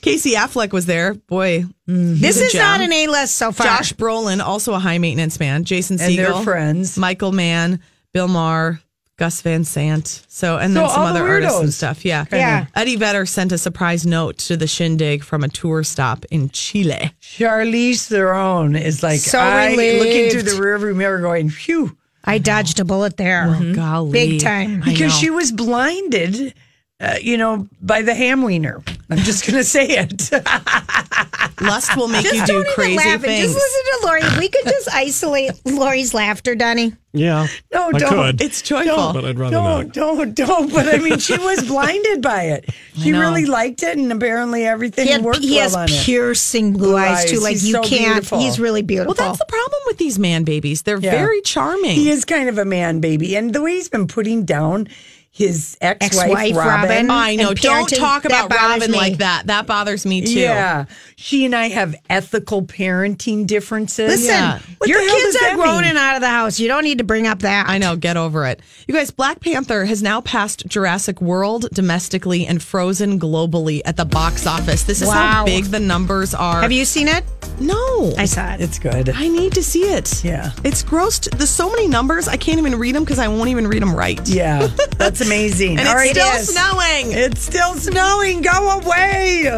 Speaker 8: Casey Affleck was there. Boy,
Speaker 4: this
Speaker 8: good
Speaker 4: is
Speaker 8: job.
Speaker 4: not an A list so far.
Speaker 8: Josh Brolin, also a high maintenance man. Jason
Speaker 3: And they're
Speaker 8: Segel,
Speaker 3: friends.
Speaker 8: Michael Mann, Bill Maher, Gus Van Sant. So and
Speaker 3: So
Speaker 8: then some
Speaker 3: all the
Speaker 8: other artists and
Speaker 3: weirdos.
Speaker 8: stuff. Yeah,
Speaker 4: Yeah.
Speaker 8: Eddie Vedder sent a surprise note to the Shindig from a tour stop in Chile.
Speaker 3: Charlize Theron is like
Speaker 4: So
Speaker 3: I, looking
Speaker 4: relieved.
Speaker 3: through the rearview mirror, going, "Phew,"
Speaker 4: I dodged a bullet there.
Speaker 8: Golly,
Speaker 4: Big time.
Speaker 8: I
Speaker 3: because
Speaker 8: know.
Speaker 3: she was blinded, uh, you know, by the ham wiener. I'm just gonna say it.
Speaker 8: lust will make you
Speaker 4: Just
Speaker 8: do
Speaker 4: don't even
Speaker 8: crazy
Speaker 4: laugh. And
Speaker 8: things.
Speaker 4: just listen to Lori. If We could just isolate Lori's laughter, Donnie.
Speaker 1: Yeah.
Speaker 3: No,
Speaker 1: I
Speaker 3: don't.
Speaker 1: could.
Speaker 8: It's joyful.
Speaker 3: Don't,
Speaker 1: But I'd rather
Speaker 3: don't,
Speaker 1: not.
Speaker 3: don't, don't. But I mean, she was blinded by it. She
Speaker 8: know.
Speaker 3: really liked it, and apparently everything
Speaker 4: He, had-
Speaker 3: worked
Speaker 4: he
Speaker 3: well
Speaker 4: has
Speaker 3: on it.
Speaker 4: piercing blue, eyes, too.
Speaker 3: eyes.
Speaker 4: Like
Speaker 3: He's
Speaker 4: you
Speaker 3: so
Speaker 4: can't.
Speaker 3: beautiful.
Speaker 4: He's really beautiful.
Speaker 8: Well, that's the problem with these man babies. They're
Speaker 3: Yeah.
Speaker 8: very charming.
Speaker 3: He is kind of a man baby, and the way he's been putting down his ex-wife,
Speaker 4: Ex-wife,
Speaker 3: Robin.
Speaker 4: Robin.
Speaker 8: I know.
Speaker 4: and
Speaker 8: Don't
Speaker 4: parenting,
Speaker 8: talk
Speaker 4: that
Speaker 8: about
Speaker 4: bothers
Speaker 8: Robin
Speaker 4: me.
Speaker 8: like that. That bothers me too.
Speaker 3: Yeah, she and I have ethical parenting differences.
Speaker 4: Listen,
Speaker 8: Yeah.
Speaker 3: What
Speaker 4: your
Speaker 3: the hell
Speaker 4: kids
Speaker 3: does
Speaker 4: are
Speaker 3: that
Speaker 4: grown
Speaker 3: mean?
Speaker 4: and out of the house. You don't need to bring up that.
Speaker 8: I know. Get over it. You guys, Black Panther has now passed Jurassic World domestically and Frozen globally at the box office. This is how
Speaker 4: Wow.
Speaker 8: big the numbers are.
Speaker 4: Have you seen it?
Speaker 8: No.
Speaker 4: I saw it.
Speaker 3: It's good.
Speaker 8: I need to see it.
Speaker 3: Yeah.
Speaker 8: It's grossed. There's so many numbers. I can't even read them because I won't even read them right.
Speaker 3: Yeah, that's amazing.
Speaker 8: And
Speaker 3: All
Speaker 8: it's
Speaker 3: right,
Speaker 8: still
Speaker 3: it is.
Speaker 8: snowing.
Speaker 3: It's still snowing. Go away.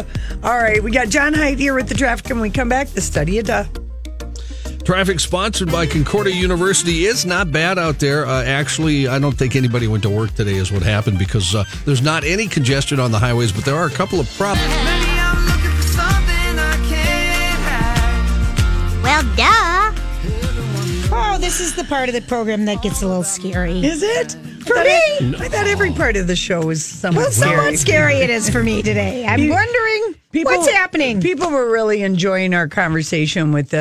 Speaker 3: All right, we got John Hyde here with the traffic, and when we come back, the study of duh.
Speaker 9: Traffic sponsored by Concordia University is not bad out there. Uh, actually, I don't think anybody went to work today, is what happened, because uh, there's not any congestion on the highways, but there are a couple of problems.
Speaker 10: Well, duh.
Speaker 4: Oh, this is the part of the program that gets a little scary.
Speaker 3: Is it for me? I thought every part of the show was somewhat
Speaker 4: Well, somewhat scary it is for me today. I'm wondering what's happening.
Speaker 3: People were really enjoying our conversation with uh,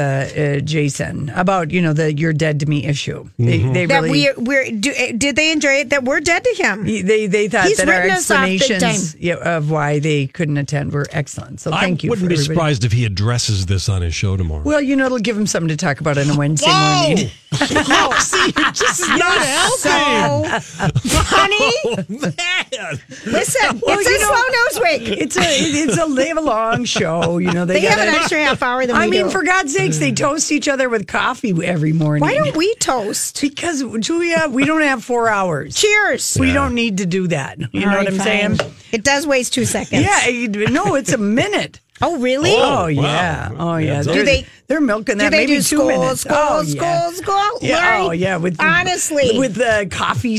Speaker 3: uh, Jason about you know the "you're dead to me" issue. They,
Speaker 1: Mm-hmm.
Speaker 3: they
Speaker 4: that
Speaker 3: really
Speaker 4: we we're do, eh, did they enjoy it? That we're dead to him.
Speaker 3: they they thought
Speaker 4: He's
Speaker 3: that our
Speaker 4: written us off big
Speaker 3: explanations yeah, of why they couldn't attend were excellent. So thank
Speaker 1: I
Speaker 3: you.
Speaker 1: wouldn't
Speaker 3: for
Speaker 1: be
Speaker 3: everybody.
Speaker 1: surprised if he addresses this on his show tomorrow.
Speaker 3: Well, you know, it'll give him something to talk about on a Wednesday morning.
Speaker 1: no, see, you're just not helping.
Speaker 4: Honey,
Speaker 1: Oh, man.
Speaker 4: listen, it's a slow nose week.
Speaker 3: It's a it's a live along show. You know, they,
Speaker 4: They have
Speaker 3: gotta-
Speaker 4: an extra half hour than we
Speaker 3: I mean,
Speaker 4: do.
Speaker 3: for God's sakes, they toast each other with coffee every morning.
Speaker 4: Why don't we toast?
Speaker 3: Because Julia, we don't have four hours.
Speaker 4: Cheers.
Speaker 3: We don't need to do that. You know
Speaker 4: All
Speaker 3: what
Speaker 4: right,
Speaker 3: I'm
Speaker 4: fine.
Speaker 3: saying?
Speaker 4: It does waste two seconds.
Speaker 3: Yeah. you- No, it's a minute.
Speaker 4: Oh, really?
Speaker 3: Oh,
Speaker 1: wow.
Speaker 3: yeah. Oh yeah.
Speaker 1: Adds up.
Speaker 3: They're,
Speaker 4: Do they-
Speaker 3: they're milking
Speaker 4: do
Speaker 3: that
Speaker 4: they
Speaker 3: maybe
Speaker 4: do
Speaker 3: two
Speaker 4: school,
Speaker 3: minutes.
Speaker 4: school,
Speaker 3: oh,
Speaker 4: school,
Speaker 3: yeah.
Speaker 4: school?
Speaker 3: Yeah,
Speaker 4: Lori,
Speaker 3: oh yeah, with the-
Speaker 4: honestly, Oh,
Speaker 3: with the coffee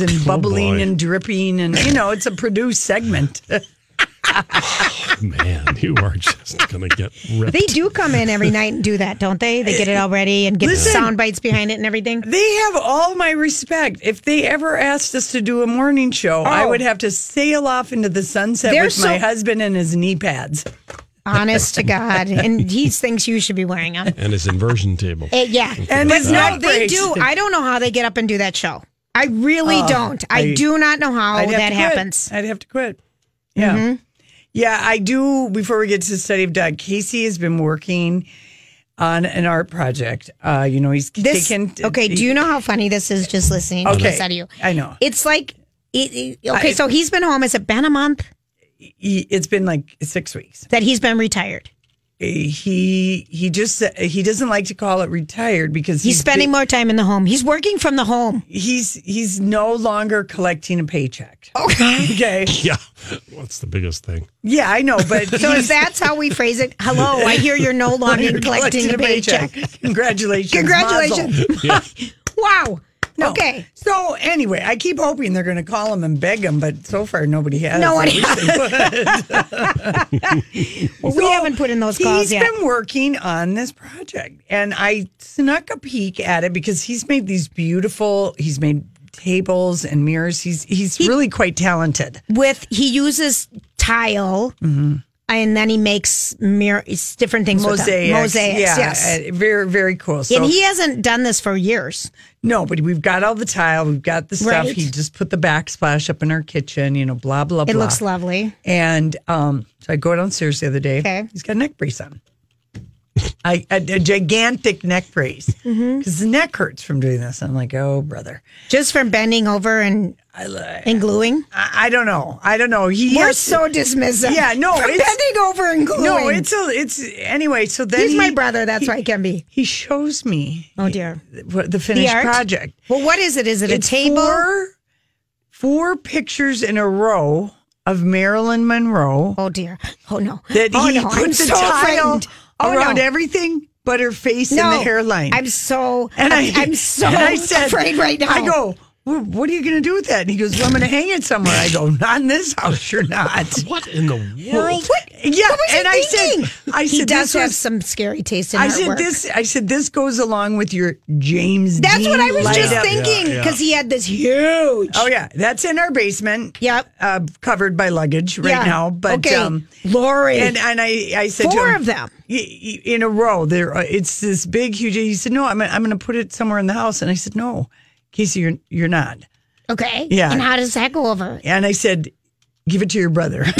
Speaker 3: and bubbling
Speaker 1: boy.
Speaker 3: and dripping, and you know, it's a produced segment.
Speaker 1: Man, you are just going to get ripped.
Speaker 4: they do come in every night and do that, don't they? They get it all ready and get
Speaker 3: Listen.
Speaker 4: sound bites behind it and everything.
Speaker 3: They have all my respect. If they ever asked us to do a morning show, I
Speaker 4: Oh.
Speaker 3: would have to sail off into the sunset
Speaker 4: They're
Speaker 3: with my
Speaker 4: so-
Speaker 3: husband and his knee pads.
Speaker 4: Honest to God, and he thinks you should be wearing them.
Speaker 1: and his inversion table.
Speaker 4: Eh, yeah,
Speaker 3: And
Speaker 4: but
Speaker 3: his
Speaker 4: no,
Speaker 3: neck
Speaker 4: they
Speaker 3: brace.
Speaker 4: do. I don't know how they get up and do that show. I really don't. I,
Speaker 3: I-
Speaker 4: do not know how
Speaker 3: I'd have
Speaker 4: Oh, that
Speaker 3: to quit.
Speaker 4: happens. Mm-hmm.
Speaker 3: I'd have to quit. Yeah. Yeah, I do. Before we get to the study of Doug, Casey has been working on an art project. Uh, you know, he's
Speaker 4: This
Speaker 3: taken.
Speaker 4: okay? Do you know how funny this is? Just listening to
Speaker 3: Okay,
Speaker 4: this out of you.
Speaker 3: I know.
Speaker 4: It's like it, it- okay.
Speaker 3: I-
Speaker 4: so he's been home. Has it been a month
Speaker 3: He, it's been like six weeks. Eh,
Speaker 4: that he's been retired?
Speaker 3: He he just eh, he doesn't like to call it retired because
Speaker 4: He's spending more time in the home. He's working from the home.
Speaker 3: He's he's no longer collecting a paycheck.
Speaker 4: Okay.
Speaker 3: Okay.
Speaker 1: Yeah. What's the biggest thing?
Speaker 3: Yeah, I know, but
Speaker 4: So if that's how we phrase it, hello, I hear you're no longer
Speaker 3: You're
Speaker 4: collecting a paycheck.
Speaker 3: Congratulations.
Speaker 4: Congratulations.
Speaker 3: mazel.
Speaker 1: Yeah.
Speaker 4: Wow.
Speaker 3: No.
Speaker 4: Okay.
Speaker 3: So anyway, I keep hoping they're going to call him and beg him, but so far nobody has.
Speaker 4: No
Speaker 3: I
Speaker 4: one
Speaker 3: wish they would.
Speaker 4: Well, we haven't put in those calls
Speaker 3: He's
Speaker 4: yet.
Speaker 3: been working on this project, and I snuck a peek at it because he's made these beautiful. He's made tables and mirrors. He's he's really quite talented.
Speaker 4: With he uses tile
Speaker 3: Mm-hmm.
Speaker 4: and then he makes mirror it's different things with
Speaker 3: Mosaics,
Speaker 4: them. mosaics.
Speaker 3: yeah,
Speaker 4: yes.
Speaker 3: uh, very very cool. So
Speaker 4: and he hasn't done this for years.
Speaker 3: No, but we've got all the tile, we've got the stuff.
Speaker 4: Right.
Speaker 3: He just put the backsplash up in our kitchen, you know, blah blah blah.
Speaker 4: It looks lovely.
Speaker 3: And um, so I go downstairs the other day.
Speaker 4: Okay.
Speaker 3: He's got a neck brace on. I, a, a gigantic neck brace because
Speaker 4: Mm-hmm.
Speaker 3: the neck hurts from doing this. I'm like, oh brother,
Speaker 4: Just from bending over and and gluing.
Speaker 3: I, I don't know, I don't know. He
Speaker 4: We're
Speaker 3: has-
Speaker 4: so dismissive.
Speaker 3: Yeah, no,
Speaker 4: From
Speaker 3: it's-
Speaker 4: bending over and gluing.
Speaker 3: No, it's a, it's anyway. So then
Speaker 4: he's my
Speaker 3: he-
Speaker 4: brother. That's
Speaker 3: he-
Speaker 4: why I can be.
Speaker 3: He shows me
Speaker 4: Oh dear.
Speaker 3: what the finished
Speaker 4: art?
Speaker 3: project.
Speaker 4: Well, what is it? Is it
Speaker 3: It's
Speaker 4: a table?
Speaker 3: Four, four pictures in a row of Marilyn Monroe
Speaker 4: Oh dear. Oh no.
Speaker 3: that
Speaker 4: oh,
Speaker 3: he
Speaker 4: no.
Speaker 3: put
Speaker 4: I'm
Speaker 3: the
Speaker 4: so
Speaker 3: tile
Speaker 4: frightened. Oh,
Speaker 3: around
Speaker 4: no.
Speaker 3: everything but her face and the hairline.
Speaker 4: I'm so
Speaker 3: and
Speaker 4: I, am so
Speaker 3: and I said-
Speaker 4: afraid right now.
Speaker 3: I go, "Well, what are you going to do with that? And he goes, well, I'm going to hang it somewhere. I go, not in this house, you're not.
Speaker 1: What in the world?
Speaker 4: What?
Speaker 3: Yeah,
Speaker 4: What was
Speaker 3: and
Speaker 4: he
Speaker 3: I
Speaker 4: thinking?
Speaker 3: said, I
Speaker 4: he
Speaker 3: said,
Speaker 4: does
Speaker 3: this
Speaker 4: have
Speaker 3: was-
Speaker 4: some scary taste in
Speaker 3: I
Speaker 4: artwork.
Speaker 3: said this. I said this goes along with your James.
Speaker 4: That's
Speaker 3: Dean
Speaker 4: what I was
Speaker 3: light
Speaker 4: just
Speaker 3: up.
Speaker 4: thinking
Speaker 1: yeah.
Speaker 4: because he had this huge.
Speaker 3: Oh yeah, that's in our basement.
Speaker 4: Yep.
Speaker 3: uh, covered by luggage right
Speaker 4: Yeah.
Speaker 3: now. But
Speaker 4: okay,
Speaker 3: um,
Speaker 4: Lori,
Speaker 3: and and I I said
Speaker 4: Four
Speaker 3: to him,
Speaker 4: of them.
Speaker 3: "Y- y- in a row. There, uh, it's this big, huge. He said, "No, I'm I'm going to put it somewhere in the house." And I said, "No, Casey, you're you're not."
Speaker 4: okay,
Speaker 3: Yeah.
Speaker 4: And how does that go over?
Speaker 3: And I said, "Give it to your brother."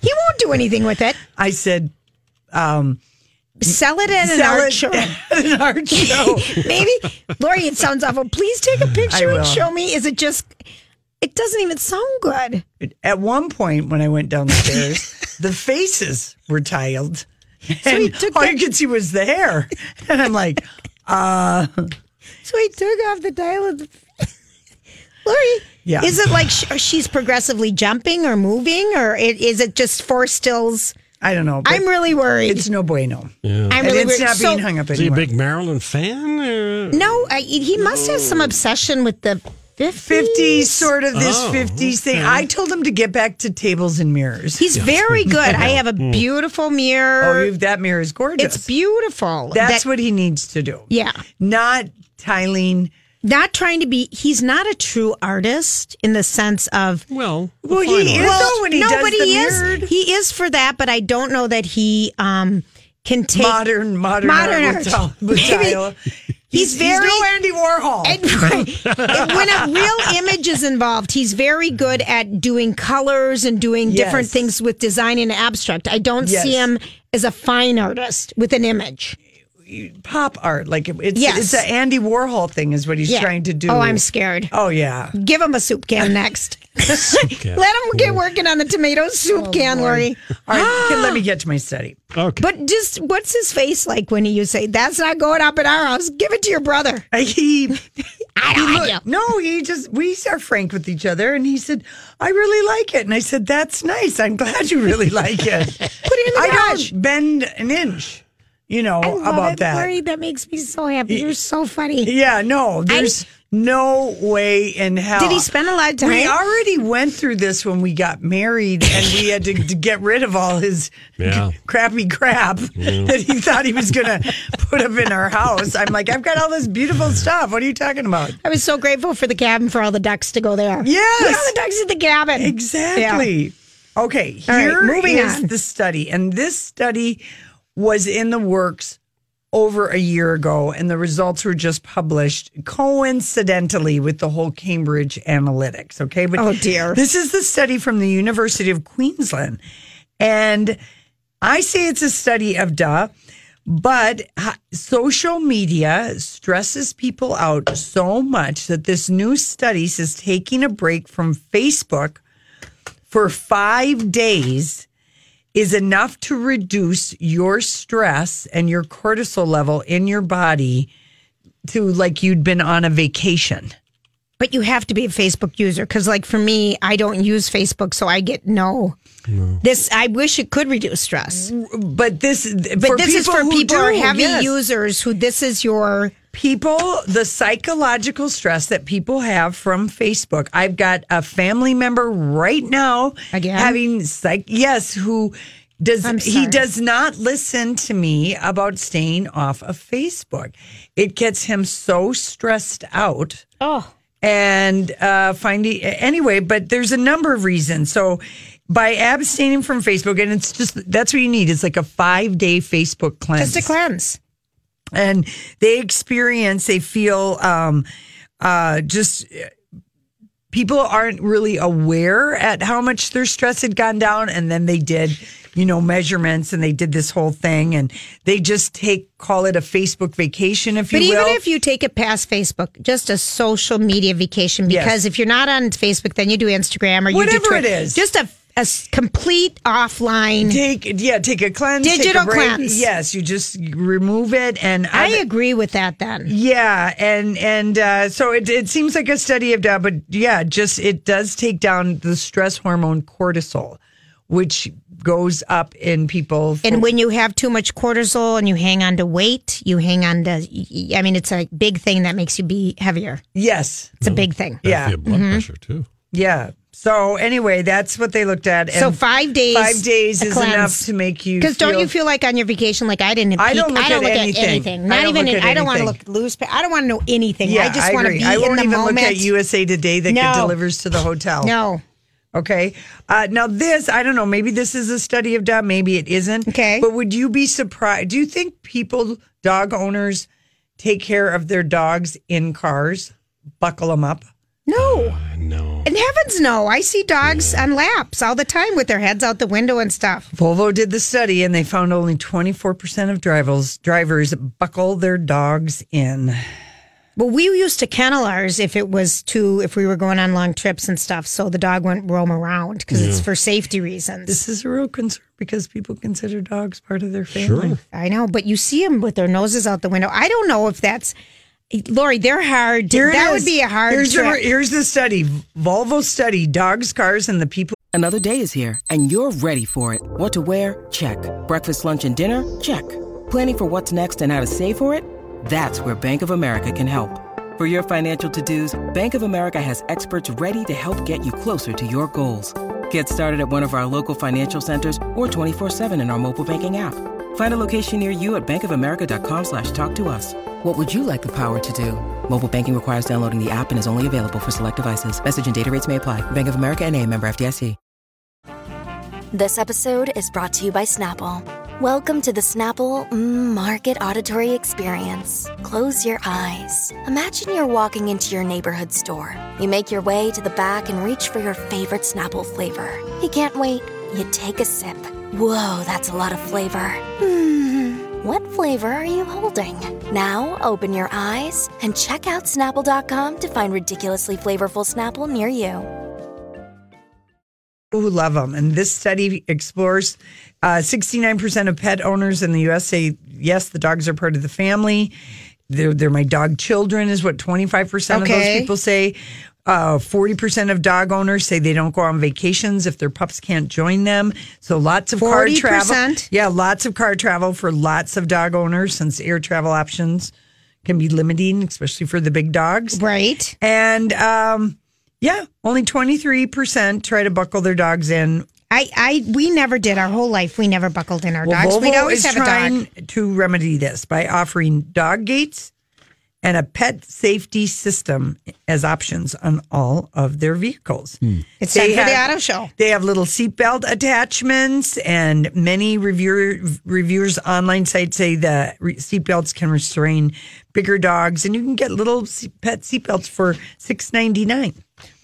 Speaker 4: He won't do anything with it.
Speaker 3: I said, um,
Speaker 4: Sell it at an
Speaker 3: "Sell
Speaker 4: art
Speaker 3: it
Speaker 4: show.
Speaker 3: at an art show."
Speaker 4: Maybe, Lori, it sounds awful. Please take a picture
Speaker 3: will.
Speaker 4: and show me. Is it just? It doesn't even sound good.
Speaker 3: At one point, when I went down the stairs, the faces were tiled,
Speaker 4: he
Speaker 3: and
Speaker 4: took
Speaker 3: all
Speaker 4: the-
Speaker 3: you could see was the hair. And I'm like, "Uh."
Speaker 4: So he took off the dial of the. Lori,
Speaker 3: Yeah.
Speaker 4: is it like sh- she's progressively jumping or moving, or it, is it just four stills?
Speaker 3: I don't know. but
Speaker 4: I'm really worried.
Speaker 3: It's no bueno.
Speaker 1: Yeah.
Speaker 4: I'm
Speaker 3: And
Speaker 4: really
Speaker 3: it's
Speaker 4: worried.
Speaker 3: not
Speaker 4: So-
Speaker 3: being hung up
Speaker 1: Is he a
Speaker 3: anymore.
Speaker 1: big Maryland fan? or-
Speaker 4: No, I, he must have some obsession with the 50s.
Speaker 3: 50s, sort of this
Speaker 1: Oh,
Speaker 3: 50s thing. I told him to get back to tables and mirrors.
Speaker 4: He's very good. I have a beautiful
Speaker 3: oh,
Speaker 4: mirror.
Speaker 3: you've, that mirror is gorgeous.
Speaker 4: it's beautiful.
Speaker 3: That's
Speaker 4: That-
Speaker 3: what he needs to do.
Speaker 4: Yeah.
Speaker 3: Not tiling.
Speaker 4: Not trying to be, he's not a true artist in the sense of.
Speaker 1: Well, a
Speaker 3: Well, he
Speaker 1: fine
Speaker 3: is-
Speaker 1: artist.
Speaker 3: Well, though, when he
Speaker 4: no,
Speaker 3: does
Speaker 4: but
Speaker 3: the
Speaker 4: he
Speaker 3: mirrored-
Speaker 4: is. He is for that, but I don't know that he um, can take.
Speaker 3: modern, modern,
Speaker 4: Modern
Speaker 3: art
Speaker 4: art.
Speaker 3: with tile- with
Speaker 4: Maybe.
Speaker 3: tile.
Speaker 4: He's very-
Speaker 3: no Andy Warhol.
Speaker 4: And- and when a real image is involved, he's very good at doing colors and doing different
Speaker 3: Yes.
Speaker 4: things with design and abstract. I don't
Speaker 3: Yes.
Speaker 4: see him as a fine artist with an image.
Speaker 3: Pop art. Like it's
Speaker 4: Yes.
Speaker 3: it's an Andy Warhol thing is what he's
Speaker 4: Yeah.
Speaker 3: trying to do.
Speaker 4: Oh, I'm scared.
Speaker 3: Oh yeah.
Speaker 4: Give him a soup can next. Let him get working on the tomato soup can, Lori.
Speaker 3: Oh, All right, okay, let me get to my study.
Speaker 1: Okay.
Speaker 4: But just what's his face like when you say that's not going up in our house? Give it to your brother.
Speaker 3: He
Speaker 4: I
Speaker 3: He
Speaker 4: don't
Speaker 3: looked-
Speaker 4: like you.
Speaker 3: No, he just we are frank with each other, and he said, "I really like it," and I said, "That's nice. I'm glad you really like it." Put
Speaker 4: it in the
Speaker 3: I
Speaker 4: garage.
Speaker 3: don't bend an inch, you know
Speaker 4: I love
Speaker 3: Oh, about
Speaker 4: it,
Speaker 3: that.
Speaker 4: Lori. That makes me so happy. You're so funny.
Speaker 3: Yeah, no, there's no way in hell.
Speaker 4: Did he spend a lot of time?
Speaker 3: Oh. We already went through this when we got married, and we had to, to get rid of all his
Speaker 1: Yeah.
Speaker 3: crappy crap that he thought he was going to put up in our house. I'm like, I've got all this beautiful stuff. What are you talking about?
Speaker 4: I was so grateful for the cabin for all the ducks to go there.
Speaker 3: Yes.
Speaker 4: Look at all the ducks at the cabin.
Speaker 3: Exactly. Okay,
Speaker 4: All right,
Speaker 3: here is
Speaker 4: moving on.
Speaker 3: the study. And this study was in the works over a year ago, and the results were just published coincidentally with the whole Cambridge analytics. Okay, but
Speaker 4: Oh, dear.
Speaker 3: This is the study from the University of Queensland. And I say it's a study of duh, But ha- social media stresses people out so much that this new study says taking a break from Facebook for five days is enough to reduce your stress and your cortisol level in your body to like you'd been on a vacation.
Speaker 4: But you have to be a Facebook user because, like, for me, I don't use Facebook, so I get no. This I wish it could reduce stress,
Speaker 3: but this
Speaker 4: but
Speaker 3: Mm. for
Speaker 4: this is
Speaker 3: people
Speaker 4: for
Speaker 3: who
Speaker 4: people who are
Speaker 3: do,
Speaker 4: heavy
Speaker 3: yes.
Speaker 4: users who this is your
Speaker 3: people the psychological stress that people have from facebook i've got a family member right now
Speaker 4: Again?
Speaker 3: having psych yes who does
Speaker 4: I'm
Speaker 3: he
Speaker 4: sorry.
Speaker 3: does not listen to me about staying off of facebook it gets him so stressed out
Speaker 4: oh
Speaker 3: and uh, finding anyway. But there's a number of reasons. So by abstaining from Facebook, and it's just that's what you need. It's like a five day Facebook cleanse.
Speaker 4: just a cleanse.
Speaker 3: and they experience, they feel um, uh, just people aren't really aware at how much their stress had gone down and then they did you know measurements and they did this whole thing and they just take call it a facebook vacation if
Speaker 4: But
Speaker 3: you
Speaker 4: even
Speaker 3: will
Speaker 4: if you take it past Facebook, just a social media vacation,
Speaker 3: Yes.
Speaker 4: because if you're not on Facebook, then you do Instagram or you do
Speaker 3: Whatever it
Speaker 4: Twitter.
Speaker 3: is.
Speaker 4: Just a, a s- complete offline.
Speaker 3: take yeah take a cleanse take a
Speaker 4: Digital
Speaker 3: break.
Speaker 4: cleanse.
Speaker 3: yes you just remove it and
Speaker 4: I
Speaker 3: I've-
Speaker 4: agree with that. Then
Speaker 3: yeah and and uh, so it, it seems like a study of that but yeah just it does take down the stress hormone cortisol which goes up in people for-
Speaker 4: And when you have too much cortisol and you hang on to weight, you hang on to, I mean, it's a big thing that makes you be heavier.
Speaker 3: yes
Speaker 4: It's a big thing.
Speaker 3: Mm-hmm. yeah
Speaker 9: blood
Speaker 1: Mm-hmm.
Speaker 9: pressure too.
Speaker 3: yeah so anyway that's what they looked at
Speaker 4: So five days,
Speaker 3: five days
Speaker 4: a
Speaker 3: is
Speaker 4: cleanse.
Speaker 3: enough to make you
Speaker 4: Because don't you feel like on your vacation, like I didn't?
Speaker 3: I don't
Speaker 4: peek-
Speaker 3: look
Speaker 4: I don't
Speaker 3: at
Speaker 4: look
Speaker 3: anything.
Speaker 4: at anything.
Speaker 3: I
Speaker 4: Not
Speaker 3: don't
Speaker 4: even.
Speaker 3: look at
Speaker 4: I don't want to
Speaker 3: anything.
Speaker 4: look loose. pa- I don't want to know anything. I just want to
Speaker 3: agree.
Speaker 4: be
Speaker 3: I
Speaker 4: in
Speaker 3: won't
Speaker 4: the
Speaker 3: even
Speaker 4: moment.
Speaker 3: look at USA Today that
Speaker 4: No.
Speaker 3: delivers to the hotel.
Speaker 4: No.
Speaker 3: Okay. Uh, now this, I don't know. Maybe this is a study of dog. Maybe it isn't.
Speaker 4: Okay.
Speaker 3: But would you be surprised? Do you think people, dog owners, take care of their dogs in cars, buckle them up?
Speaker 4: No.
Speaker 1: No.
Speaker 4: In heavens, no. I see dogs on laps all the time with their heads out the window and stuff.
Speaker 3: Volvo did the study, and they found only twenty four percent of drivers drivers buckle their dogs in.
Speaker 4: But we used to kennel ours if it was to if we were going on long trips and stuff. So the dog wouldn't roam around because it's
Speaker 1: Yeah.
Speaker 4: for safety reasons.
Speaker 3: This is a real concern because people consider dogs part of their family.
Speaker 4: I know, but you see them with their noses out the window. I don't know if that's Lori. They're hard.
Speaker 3: Here it
Speaker 4: that
Speaker 3: is.
Speaker 4: would be a hard
Speaker 3: here's the-
Speaker 4: trip.
Speaker 3: here's the study. Volvo study. Dogs, cars, and the people.
Speaker 11: Another day is here, and you're ready for it. What to wear? Check. Breakfast, lunch, and dinner? Check. Planning for what's next and how to save for it? That's where Bank of America can help. For your financial to-dos, Bank of America has experts ready to help get you closer to your goals. Get started at one of our local financial centers or 24-7 in our mobile banking app. Find a location near you at bankofamerica.com slash talk to us. What would you like the power to do? Mobile banking requires downloading the app and is only available for select devices. Message and data rates may apply. Bank of America and a member FDIC.
Speaker 12: This episode is brought to you by Snapple. Welcome to the Snapple mm, Market Auditory Experience. Close your eyes. Imagine you're walking into your neighborhood store. You make your way to the back and reach for your favorite Snapple flavor. You can't wait. You take a sip. Whoa, that's a lot of flavor. Hmm. What flavor are you holding? Now open your eyes and check out Snapple.com to find ridiculously flavorful Snapple near you.
Speaker 3: people who love them. And this study explores uh, 69% of pet owners in the U.S. say, yes, the dogs are part of the family. They're, they're my dog children, is what 25% of
Speaker 4: Okay.
Speaker 3: those people say. Uh, 40% of dog owners say they don't go on vacations if their pups can't join them. So lots of car travel.
Speaker 4: 40%?
Speaker 3: Yeah, lots of car travel for lots of dog owners since air travel options can be limiting, especially for the big dogs.
Speaker 4: Right.
Speaker 3: And um, yeah, only 23% try to buckle their dogs in.
Speaker 4: I, I, we never did our whole life. We never buckled in our dogs.
Speaker 3: Volvo
Speaker 4: We'd always
Speaker 3: is
Speaker 4: have a
Speaker 3: trying
Speaker 4: dog.
Speaker 3: to remedy this by offering dog gates and a pet safety system as options on all of their vehicles.
Speaker 4: It's
Speaker 3: They
Speaker 4: time for
Speaker 3: have-
Speaker 4: the auto show.
Speaker 3: They have little seatbelt attachments, and many reviewer, reviewers online sites say the re- seatbelts can restrain bigger dogs, and you can get little se- pet seatbelts for six ninety nine.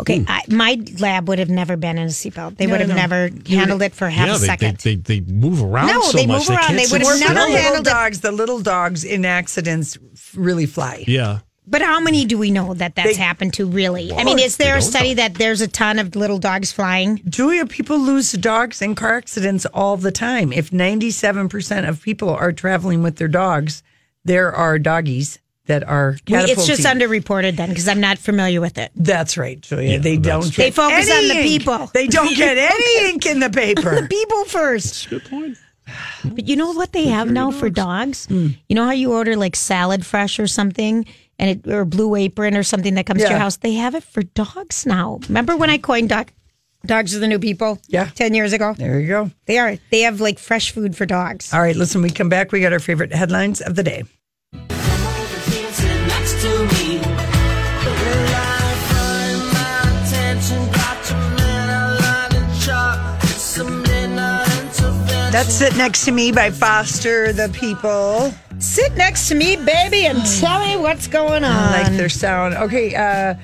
Speaker 4: Okay,
Speaker 3: Hmm.
Speaker 4: I, my lab would have never been in a seatbelt. They would have never handled it for half
Speaker 1: yeah,
Speaker 4: a
Speaker 1: they,
Speaker 4: second.
Speaker 1: They, they, they move around
Speaker 4: No,
Speaker 1: so
Speaker 4: they
Speaker 1: much.
Speaker 4: move around.
Speaker 1: Can't
Speaker 4: They would
Speaker 1: sit
Speaker 4: have
Speaker 1: still.
Speaker 4: never
Speaker 3: The little
Speaker 4: handled it.
Speaker 3: dogs, the little dogs in accidents really fly.
Speaker 1: Yeah.
Speaker 4: But how many do we know that that's
Speaker 3: They-
Speaker 4: happened to really? I mean, is there a study that there's a ton of little dogs flying?
Speaker 3: Julia, people lose dogs in car accidents all the time. If 97% of people are traveling with their dogs, there are doggies that are
Speaker 4: We- It's
Speaker 3: catapulting.
Speaker 4: just underreported then because I'm not familiar with it.
Speaker 3: That's right, Julia. they don't.
Speaker 4: They
Speaker 3: get
Speaker 4: focus on
Speaker 3: any
Speaker 4: the
Speaker 3: ink.
Speaker 4: people.
Speaker 3: They don't get any ink in the paper.
Speaker 4: people first.
Speaker 1: good point.
Speaker 4: But you know what they have now for dogs?
Speaker 3: Hmm.
Speaker 4: You know how you order like salad fresh or something, and it or Blue Apron or something that comes to
Speaker 3: Yeah.
Speaker 4: your house. They have it for dogs now. Remember when I coined dog? Dogs are the new people. Yeah, ten years ago.
Speaker 3: There you go.
Speaker 4: They are. They have like fresh food for dogs.
Speaker 3: All right, listen, we come back. We got our favorite headlines of the day. That's Sit Next to Me by Foster the People.
Speaker 4: Sit next to me, baby, and tell me what's going on.
Speaker 3: I like their sound. Okay, uh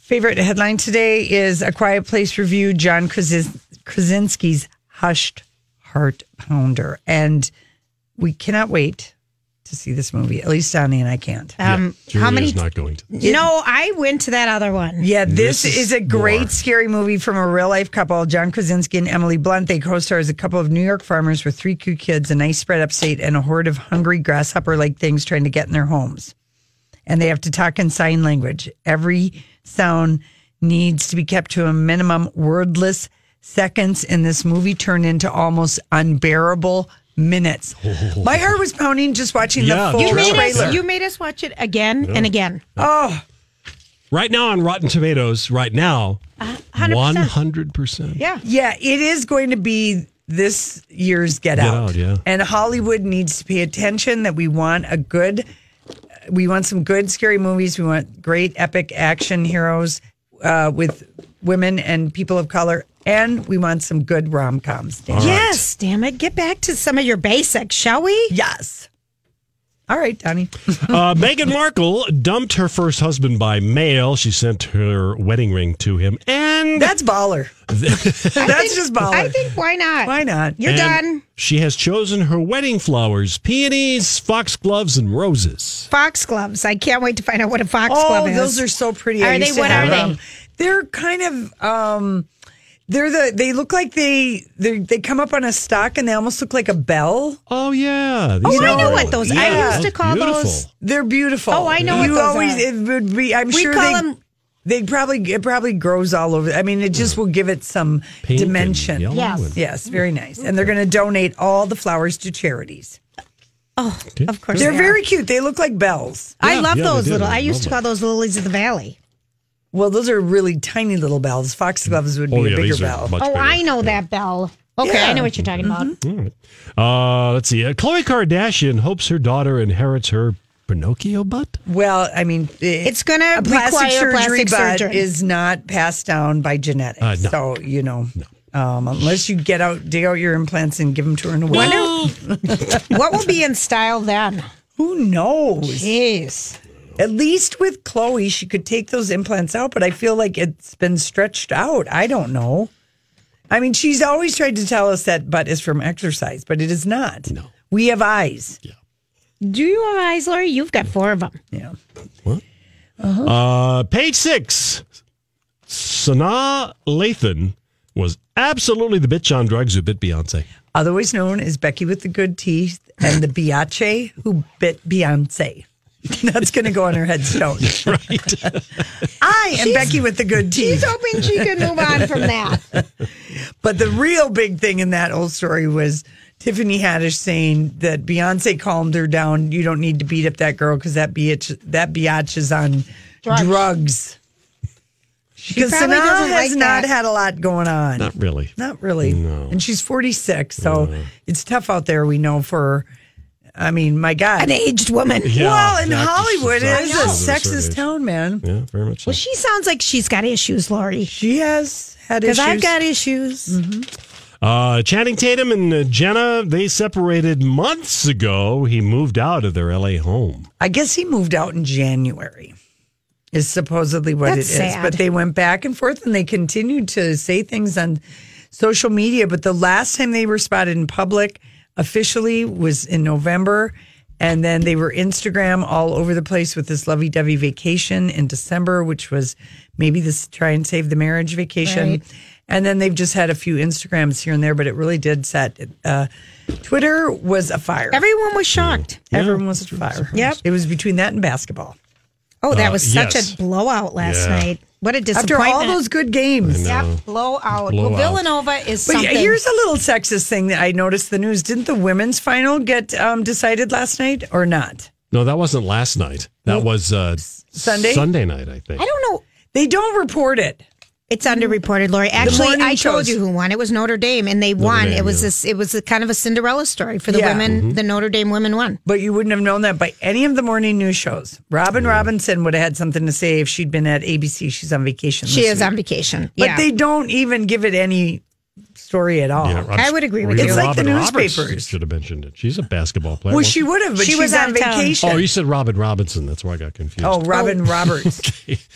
Speaker 3: favorite headline today is A Quiet Place Review, John Krasis- Krasinski's Hushed Heart Pounder. And we cannot wait to see this movie. At least Donnie and I can't.
Speaker 4: Um,
Speaker 1: Julia's
Speaker 4: how many?
Speaker 1: not going to.
Speaker 4: no, I went to that other one.
Speaker 3: Yeah, this,
Speaker 1: This
Speaker 3: is,
Speaker 1: is
Speaker 3: a great
Speaker 1: more.
Speaker 3: scary movie from a real life couple, John Krasinski and Emily Blunt. They co star as a couple of New York farmers with three cute kids, a nice spread upstate, and a horde of hungry grasshopper like things trying to get in their homes. And they have to talk in sign language. Every sound needs to be kept to a minimum. Wordless seconds in this movie turn into almost unbearable minutes. My heart was pounding just watching
Speaker 1: Yeah,
Speaker 3: the full
Speaker 4: You made
Speaker 3: trailer.
Speaker 4: us. You made us watch it again and again.
Speaker 3: oh,
Speaker 1: Right now on Rotten Tomatoes, right now, 100%.
Speaker 4: Yeah.
Speaker 3: Yeah, it is going to be this year's Get,
Speaker 1: Get
Speaker 3: Out.
Speaker 1: Out, yeah.
Speaker 3: And Hollywood needs to pay attention that we want a good, we want some good scary movies. We want great epic action heroes uh, with women and people of color. And we want some good rom coms.
Speaker 4: Yes, damn it. Get back to some of your basics, shall we?
Speaker 3: Yes. All right, Donnie.
Speaker 1: Uh, Meghan Markle dumped her first husband by mail. She sent her wedding ring to him. And
Speaker 3: That's baller. That's just baller.
Speaker 4: I think why not?
Speaker 3: Why not?
Speaker 4: You're
Speaker 1: and
Speaker 4: done.
Speaker 1: She has chosen her wedding flowers, peonies, foxgloves, and roses.
Speaker 4: Foxgloves. I can't wait to find out what a foxglove
Speaker 3: Oh,
Speaker 4: is.
Speaker 3: those are so pretty.
Speaker 4: Are
Speaker 3: I
Speaker 4: they-
Speaker 3: used to
Speaker 4: what
Speaker 3: have
Speaker 4: are they?
Speaker 3: them. They're kind of um they're the they look like they they they come up on a stock and they almost look like a bell.
Speaker 1: Oh, yeah. These
Speaker 4: Oh, I
Speaker 1: are-
Speaker 4: know what those- I used to call
Speaker 1: beautiful.
Speaker 4: those-
Speaker 3: They're beautiful.
Speaker 4: Oh, I know what
Speaker 3: you
Speaker 4: those
Speaker 3: always
Speaker 4: are.
Speaker 3: it would be I'm
Speaker 4: We
Speaker 3: sure
Speaker 4: call
Speaker 3: they
Speaker 4: them-
Speaker 3: they probably it probably grows all over. I mean, it just will give it some
Speaker 1: Pink and
Speaker 3: dimension.
Speaker 1: yellow
Speaker 4: Yes.
Speaker 1: and-
Speaker 3: Yes, very nice. And they're going to donate all the flowers to charities.
Speaker 4: of course.
Speaker 3: They're
Speaker 4: they are.
Speaker 3: very cute. They look like bells.
Speaker 4: I
Speaker 1: Yeah,
Speaker 4: love
Speaker 1: yeah, they
Speaker 4: those
Speaker 1: do.
Speaker 4: little.
Speaker 1: They're
Speaker 4: I used to
Speaker 1: lovely.
Speaker 4: call those lilies of the valley.
Speaker 3: Well, those are really tiny little bells. Foxgloves would be
Speaker 1: Oh,
Speaker 3: a
Speaker 1: yeah,
Speaker 3: bigger
Speaker 1: these
Speaker 3: bell.
Speaker 1: are much
Speaker 4: oh,
Speaker 1: bigger.
Speaker 4: I know that bell. Okay,
Speaker 3: Yeah. Mm-hmm.
Speaker 4: I know what you're talking about.
Speaker 1: Uh, let's see. Chloe Kardashian hopes her daughter inherits her Pinocchio butt.
Speaker 3: Well, I mean, it-
Speaker 4: It's gonna
Speaker 3: a plastic
Speaker 4: require
Speaker 3: surgery,
Speaker 4: plastic
Speaker 3: but
Speaker 4: surgery.
Speaker 3: is not passed down by genetics.
Speaker 1: Uh, no.
Speaker 3: So you know, um, unless you get out, dig out your implants and give them to her in a way.
Speaker 4: what will be in style then?
Speaker 3: Who knows?
Speaker 4: Jeez.
Speaker 3: At least with Chloe, she could take those implants out, but I feel like it's been stretched out. I don't know. I mean, she's always tried to tell us that butt is from exercise, but it is not. No, we have eyes.
Speaker 4: Do you have eyes, Lori? You've got four of them.
Speaker 3: Yeah.
Speaker 1: Uh, page six. Sanaa Lathan was absolutely the bitch on drugs who bit Beyonce.
Speaker 3: Otherwise known as Becky with the good teeth and the Biatche who bit Beyonce. That's going to go on her headstone.
Speaker 1: Right.
Speaker 3: I am Becky with the good
Speaker 4: She's
Speaker 3: teeth.
Speaker 4: hoping she can move on from that.
Speaker 3: But the real big thing in that whole story was Tiffany Haddish saying that Beyonce calmed her down. You don't need to beat up that girl because that biatch, that biatch is on
Speaker 4: Drugs.
Speaker 3: drugs. Because
Speaker 4: probably
Speaker 3: Sanaa
Speaker 4: doesn't
Speaker 3: has
Speaker 4: like
Speaker 3: not
Speaker 4: that.
Speaker 3: had a lot going on.
Speaker 1: Not really.
Speaker 3: Not really.
Speaker 1: No.
Speaker 3: And she's 46, so it's tough out there, we know, for, I mean, my God.
Speaker 4: An aged woman.
Speaker 1: Yeah,
Speaker 3: well, in
Speaker 1: yeah,
Speaker 3: Hollywood, it
Speaker 1: she's
Speaker 3: is
Speaker 1: not-
Speaker 3: a
Speaker 1: she's not a certain
Speaker 3: sexist
Speaker 1: age.
Speaker 3: town, man.
Speaker 1: Yeah, very much so.
Speaker 4: Well, she sounds like she's got issues, Lori.
Speaker 3: She has had
Speaker 4: Because
Speaker 3: issues.
Speaker 4: I've got issues.
Speaker 1: Uh, Channing Tatum and uh, Jenna, they separated months ago. He moved out of their LA home.
Speaker 3: I guess he moved out in January. is supposedly what
Speaker 4: That's
Speaker 3: it is.
Speaker 4: sad.
Speaker 3: But they went back and forth and they continued to say things on social media. But the last time they were spotted in public officially was in November. And then they were Instagram all over the place with this lovey dovey vacation in December, which was maybe this try and save the marriage vacation.
Speaker 4: Right.
Speaker 3: And then they've just had a few Instagrams here and there, but it really did set. Uh, Twitter was afire.
Speaker 4: Everyone was shocked.
Speaker 3: Everyone was afire. Yep. It was between that and basketball.
Speaker 4: Oh, that
Speaker 3: Uh,
Speaker 4: was such
Speaker 3: yes.
Speaker 4: a blowout last
Speaker 3: Yeah.
Speaker 4: night. What a
Speaker 3: After
Speaker 4: disappointment.
Speaker 3: all those good games.
Speaker 4: Yep, blowout.
Speaker 3: Blowout.
Speaker 4: Well, Villanova is
Speaker 3: But
Speaker 4: something.
Speaker 3: here's a little sexist thing that I noticed the news. Didn't the women's final get um, decided last night or not?
Speaker 1: No, that wasn't last night. That was uh,
Speaker 3: Sunday?
Speaker 1: Sunday night, I think.
Speaker 4: I don't know.
Speaker 3: They don't report it.
Speaker 4: It's underreported, Lori. Actually,
Speaker 3: morning
Speaker 4: I told
Speaker 3: shows.
Speaker 4: you who won. It was Notre Dame, and they won.
Speaker 3: Dame,
Speaker 4: it was
Speaker 3: yeah.
Speaker 4: this. It was a kind of a Cinderella story for the
Speaker 3: Yeah. Mm-hmm.
Speaker 4: women. The Notre Dame women won.
Speaker 3: But you wouldn't have known that by any of the morning news shows. Robin Robinson would have had something to say if she'd been at ABC. She's on vacation.
Speaker 4: She
Speaker 3: this
Speaker 4: is
Speaker 3: week.
Speaker 4: on vacation.
Speaker 3: But
Speaker 4: yeah.
Speaker 3: they don't even give it any story at all.
Speaker 1: Yeah, Rob- Rita
Speaker 3: It's like the
Speaker 1: Robin Roberts
Speaker 3: newspapers.
Speaker 1: should have mentioned it. She's a basketball player.
Speaker 3: Well, she would have, but
Speaker 4: She
Speaker 3: she's
Speaker 4: was out
Speaker 3: on
Speaker 4: of town.
Speaker 3: vacation.
Speaker 1: Oh, you said Robin Robinson. That's where I got confused.
Speaker 3: Oh, Robin Roberts.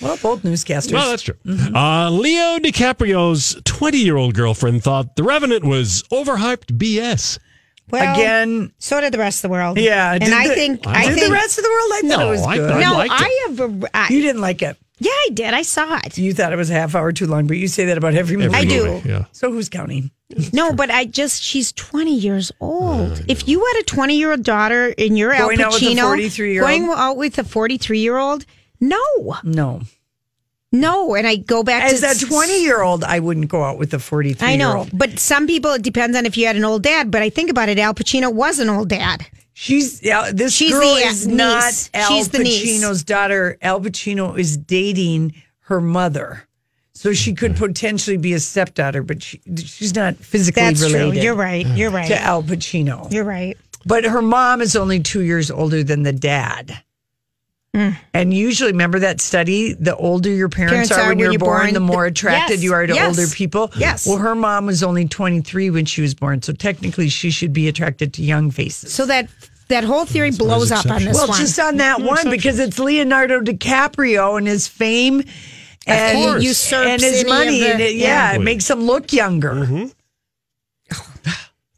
Speaker 3: Well, both newscasters.
Speaker 1: Well, that's true.
Speaker 3: Mm-hmm.
Speaker 1: Uh, Leo DiCaprio's 20 year old girlfriend thought The Revenant was overhyped BS.
Speaker 4: Well,
Speaker 3: Again,
Speaker 4: so did the rest of the world.
Speaker 3: Yeah,
Speaker 4: and
Speaker 3: did
Speaker 4: I
Speaker 3: the-
Speaker 4: think
Speaker 3: Wow.
Speaker 4: I
Speaker 3: Did the
Speaker 4: think
Speaker 3: rest of the world? I thought
Speaker 1: No,
Speaker 3: it was
Speaker 1: I
Speaker 3: good.
Speaker 1: thought-
Speaker 4: no,
Speaker 1: liked it.
Speaker 4: I have a. I,
Speaker 3: you didn't like it.
Speaker 4: yeah, I did. I saw it.
Speaker 3: You thought it was a half hour too long, but you say that about every movie.
Speaker 4: I do.
Speaker 1: Yeah.
Speaker 3: So who's counting?
Speaker 4: No, but I just she's twenty years old. if you had a twenty year old daughter and you're
Speaker 3: Oh, Going
Speaker 4: Al
Speaker 3: out with a
Speaker 4: Pacino,
Speaker 3: 43-year-old?
Speaker 4: going out with a forty three year old, no,
Speaker 3: No.
Speaker 4: no. And I go back
Speaker 3: As
Speaker 4: to
Speaker 3: a 20 year old, I wouldn't go out with a 43
Speaker 4: I
Speaker 3: year
Speaker 4: know,
Speaker 3: old.
Speaker 4: but some people it depends on if you had an old dad. But I think about it, Al Pacino was an old dad.
Speaker 3: She's yeah, this
Speaker 4: She's
Speaker 3: girl
Speaker 4: the
Speaker 3: is
Speaker 4: niece.
Speaker 3: not Al
Speaker 4: She's the niece.
Speaker 3: Pacino's daughter. Al Pacino is dating her mother. So she could
Speaker 1: Mm-hmm.
Speaker 3: potentially be a stepdaughter, but she, she's not physically
Speaker 4: That's
Speaker 3: related.
Speaker 4: true. You're right. You're right.
Speaker 3: To Al Pacino.
Speaker 4: You're right.
Speaker 3: But her mom is only two years older than the dad. And usually, remember that study? The older your
Speaker 4: Mm.
Speaker 3: parents,
Speaker 4: Parents
Speaker 3: are, when you're, born, the more attracted
Speaker 4: Yes,
Speaker 3: you are to
Speaker 4: yes,
Speaker 3: older people.
Speaker 4: yes.
Speaker 3: Well, her mom was only 23 when she was born. So technically, she should be attracted to young faces.
Speaker 4: So that that whole theory blows up on this
Speaker 3: well,
Speaker 4: one. Mm-hmm.
Speaker 3: just on that one, because it's Leonardo DiCaprio and his fame and,
Speaker 4: course. Usurps
Speaker 3: and
Speaker 4: any
Speaker 3: his
Speaker 4: of
Speaker 3: money.
Speaker 4: the-
Speaker 3: and it, yeah,
Speaker 1: Exactly.
Speaker 3: it makes him look younger.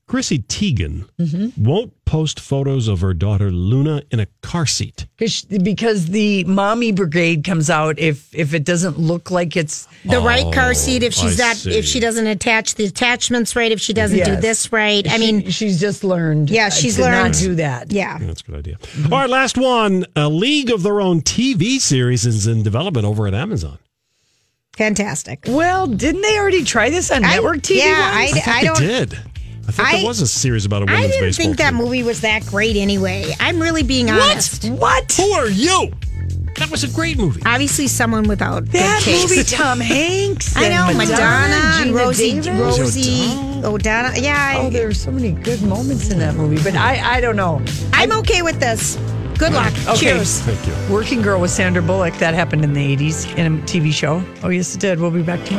Speaker 1: Chrissy Teigen
Speaker 4: Mm-hmm.
Speaker 1: won't post photos of her daughter Luna in a car seat.
Speaker 3: Because because the mommy brigade comes out if if it doesn't look like it's
Speaker 4: the right
Speaker 3: Oh,
Speaker 4: car seat if she's
Speaker 1: I
Speaker 4: not
Speaker 1: see.
Speaker 4: if she doesn't attach the attachments right if she doesn't do
Speaker 3: Yes.
Speaker 4: this right i mean
Speaker 3: She- she's just learned.
Speaker 4: Yeah,
Speaker 3: uh,
Speaker 4: she's
Speaker 3: to
Speaker 4: learned.
Speaker 3: not do that.
Speaker 4: yeah
Speaker 1: Yeah, that's a good idea.
Speaker 4: Mm-hmm.
Speaker 1: All right, last one. A League of Their Own TV series is in development over at Amazon.
Speaker 4: fantastic
Speaker 3: Well, didn't they already try this on
Speaker 4: I-
Speaker 3: network TV?
Speaker 4: yeah,
Speaker 3: once?
Speaker 4: I-
Speaker 1: think
Speaker 4: don't-
Speaker 1: They did. I think
Speaker 4: I-
Speaker 1: there was a series about a women's
Speaker 4: i didn't
Speaker 1: baseball
Speaker 4: think that
Speaker 1: team.
Speaker 4: movie was that great anyway i'm really being honest
Speaker 3: What?
Speaker 1: Who are you? That was a great movie.
Speaker 4: obviously someone without good
Speaker 3: that
Speaker 4: taste.
Speaker 3: movie, Tom Hanks.
Speaker 4: i
Speaker 3: and
Speaker 4: know madonna, and
Speaker 3: Gina
Speaker 4: rosie
Speaker 3: Davis.
Speaker 4: rosie o'donnell yeah
Speaker 3: Oh,
Speaker 4: I,
Speaker 3: there are so many good moments in that movie, but I I don't know.
Speaker 4: i'm okay with this good luck
Speaker 3: Okay.
Speaker 4: cheers
Speaker 1: Thank you.
Speaker 3: Working Girl with Sandra Bullock that happened in the '80s in a TV show. Oh yes, it did. We'll be back tomorrow.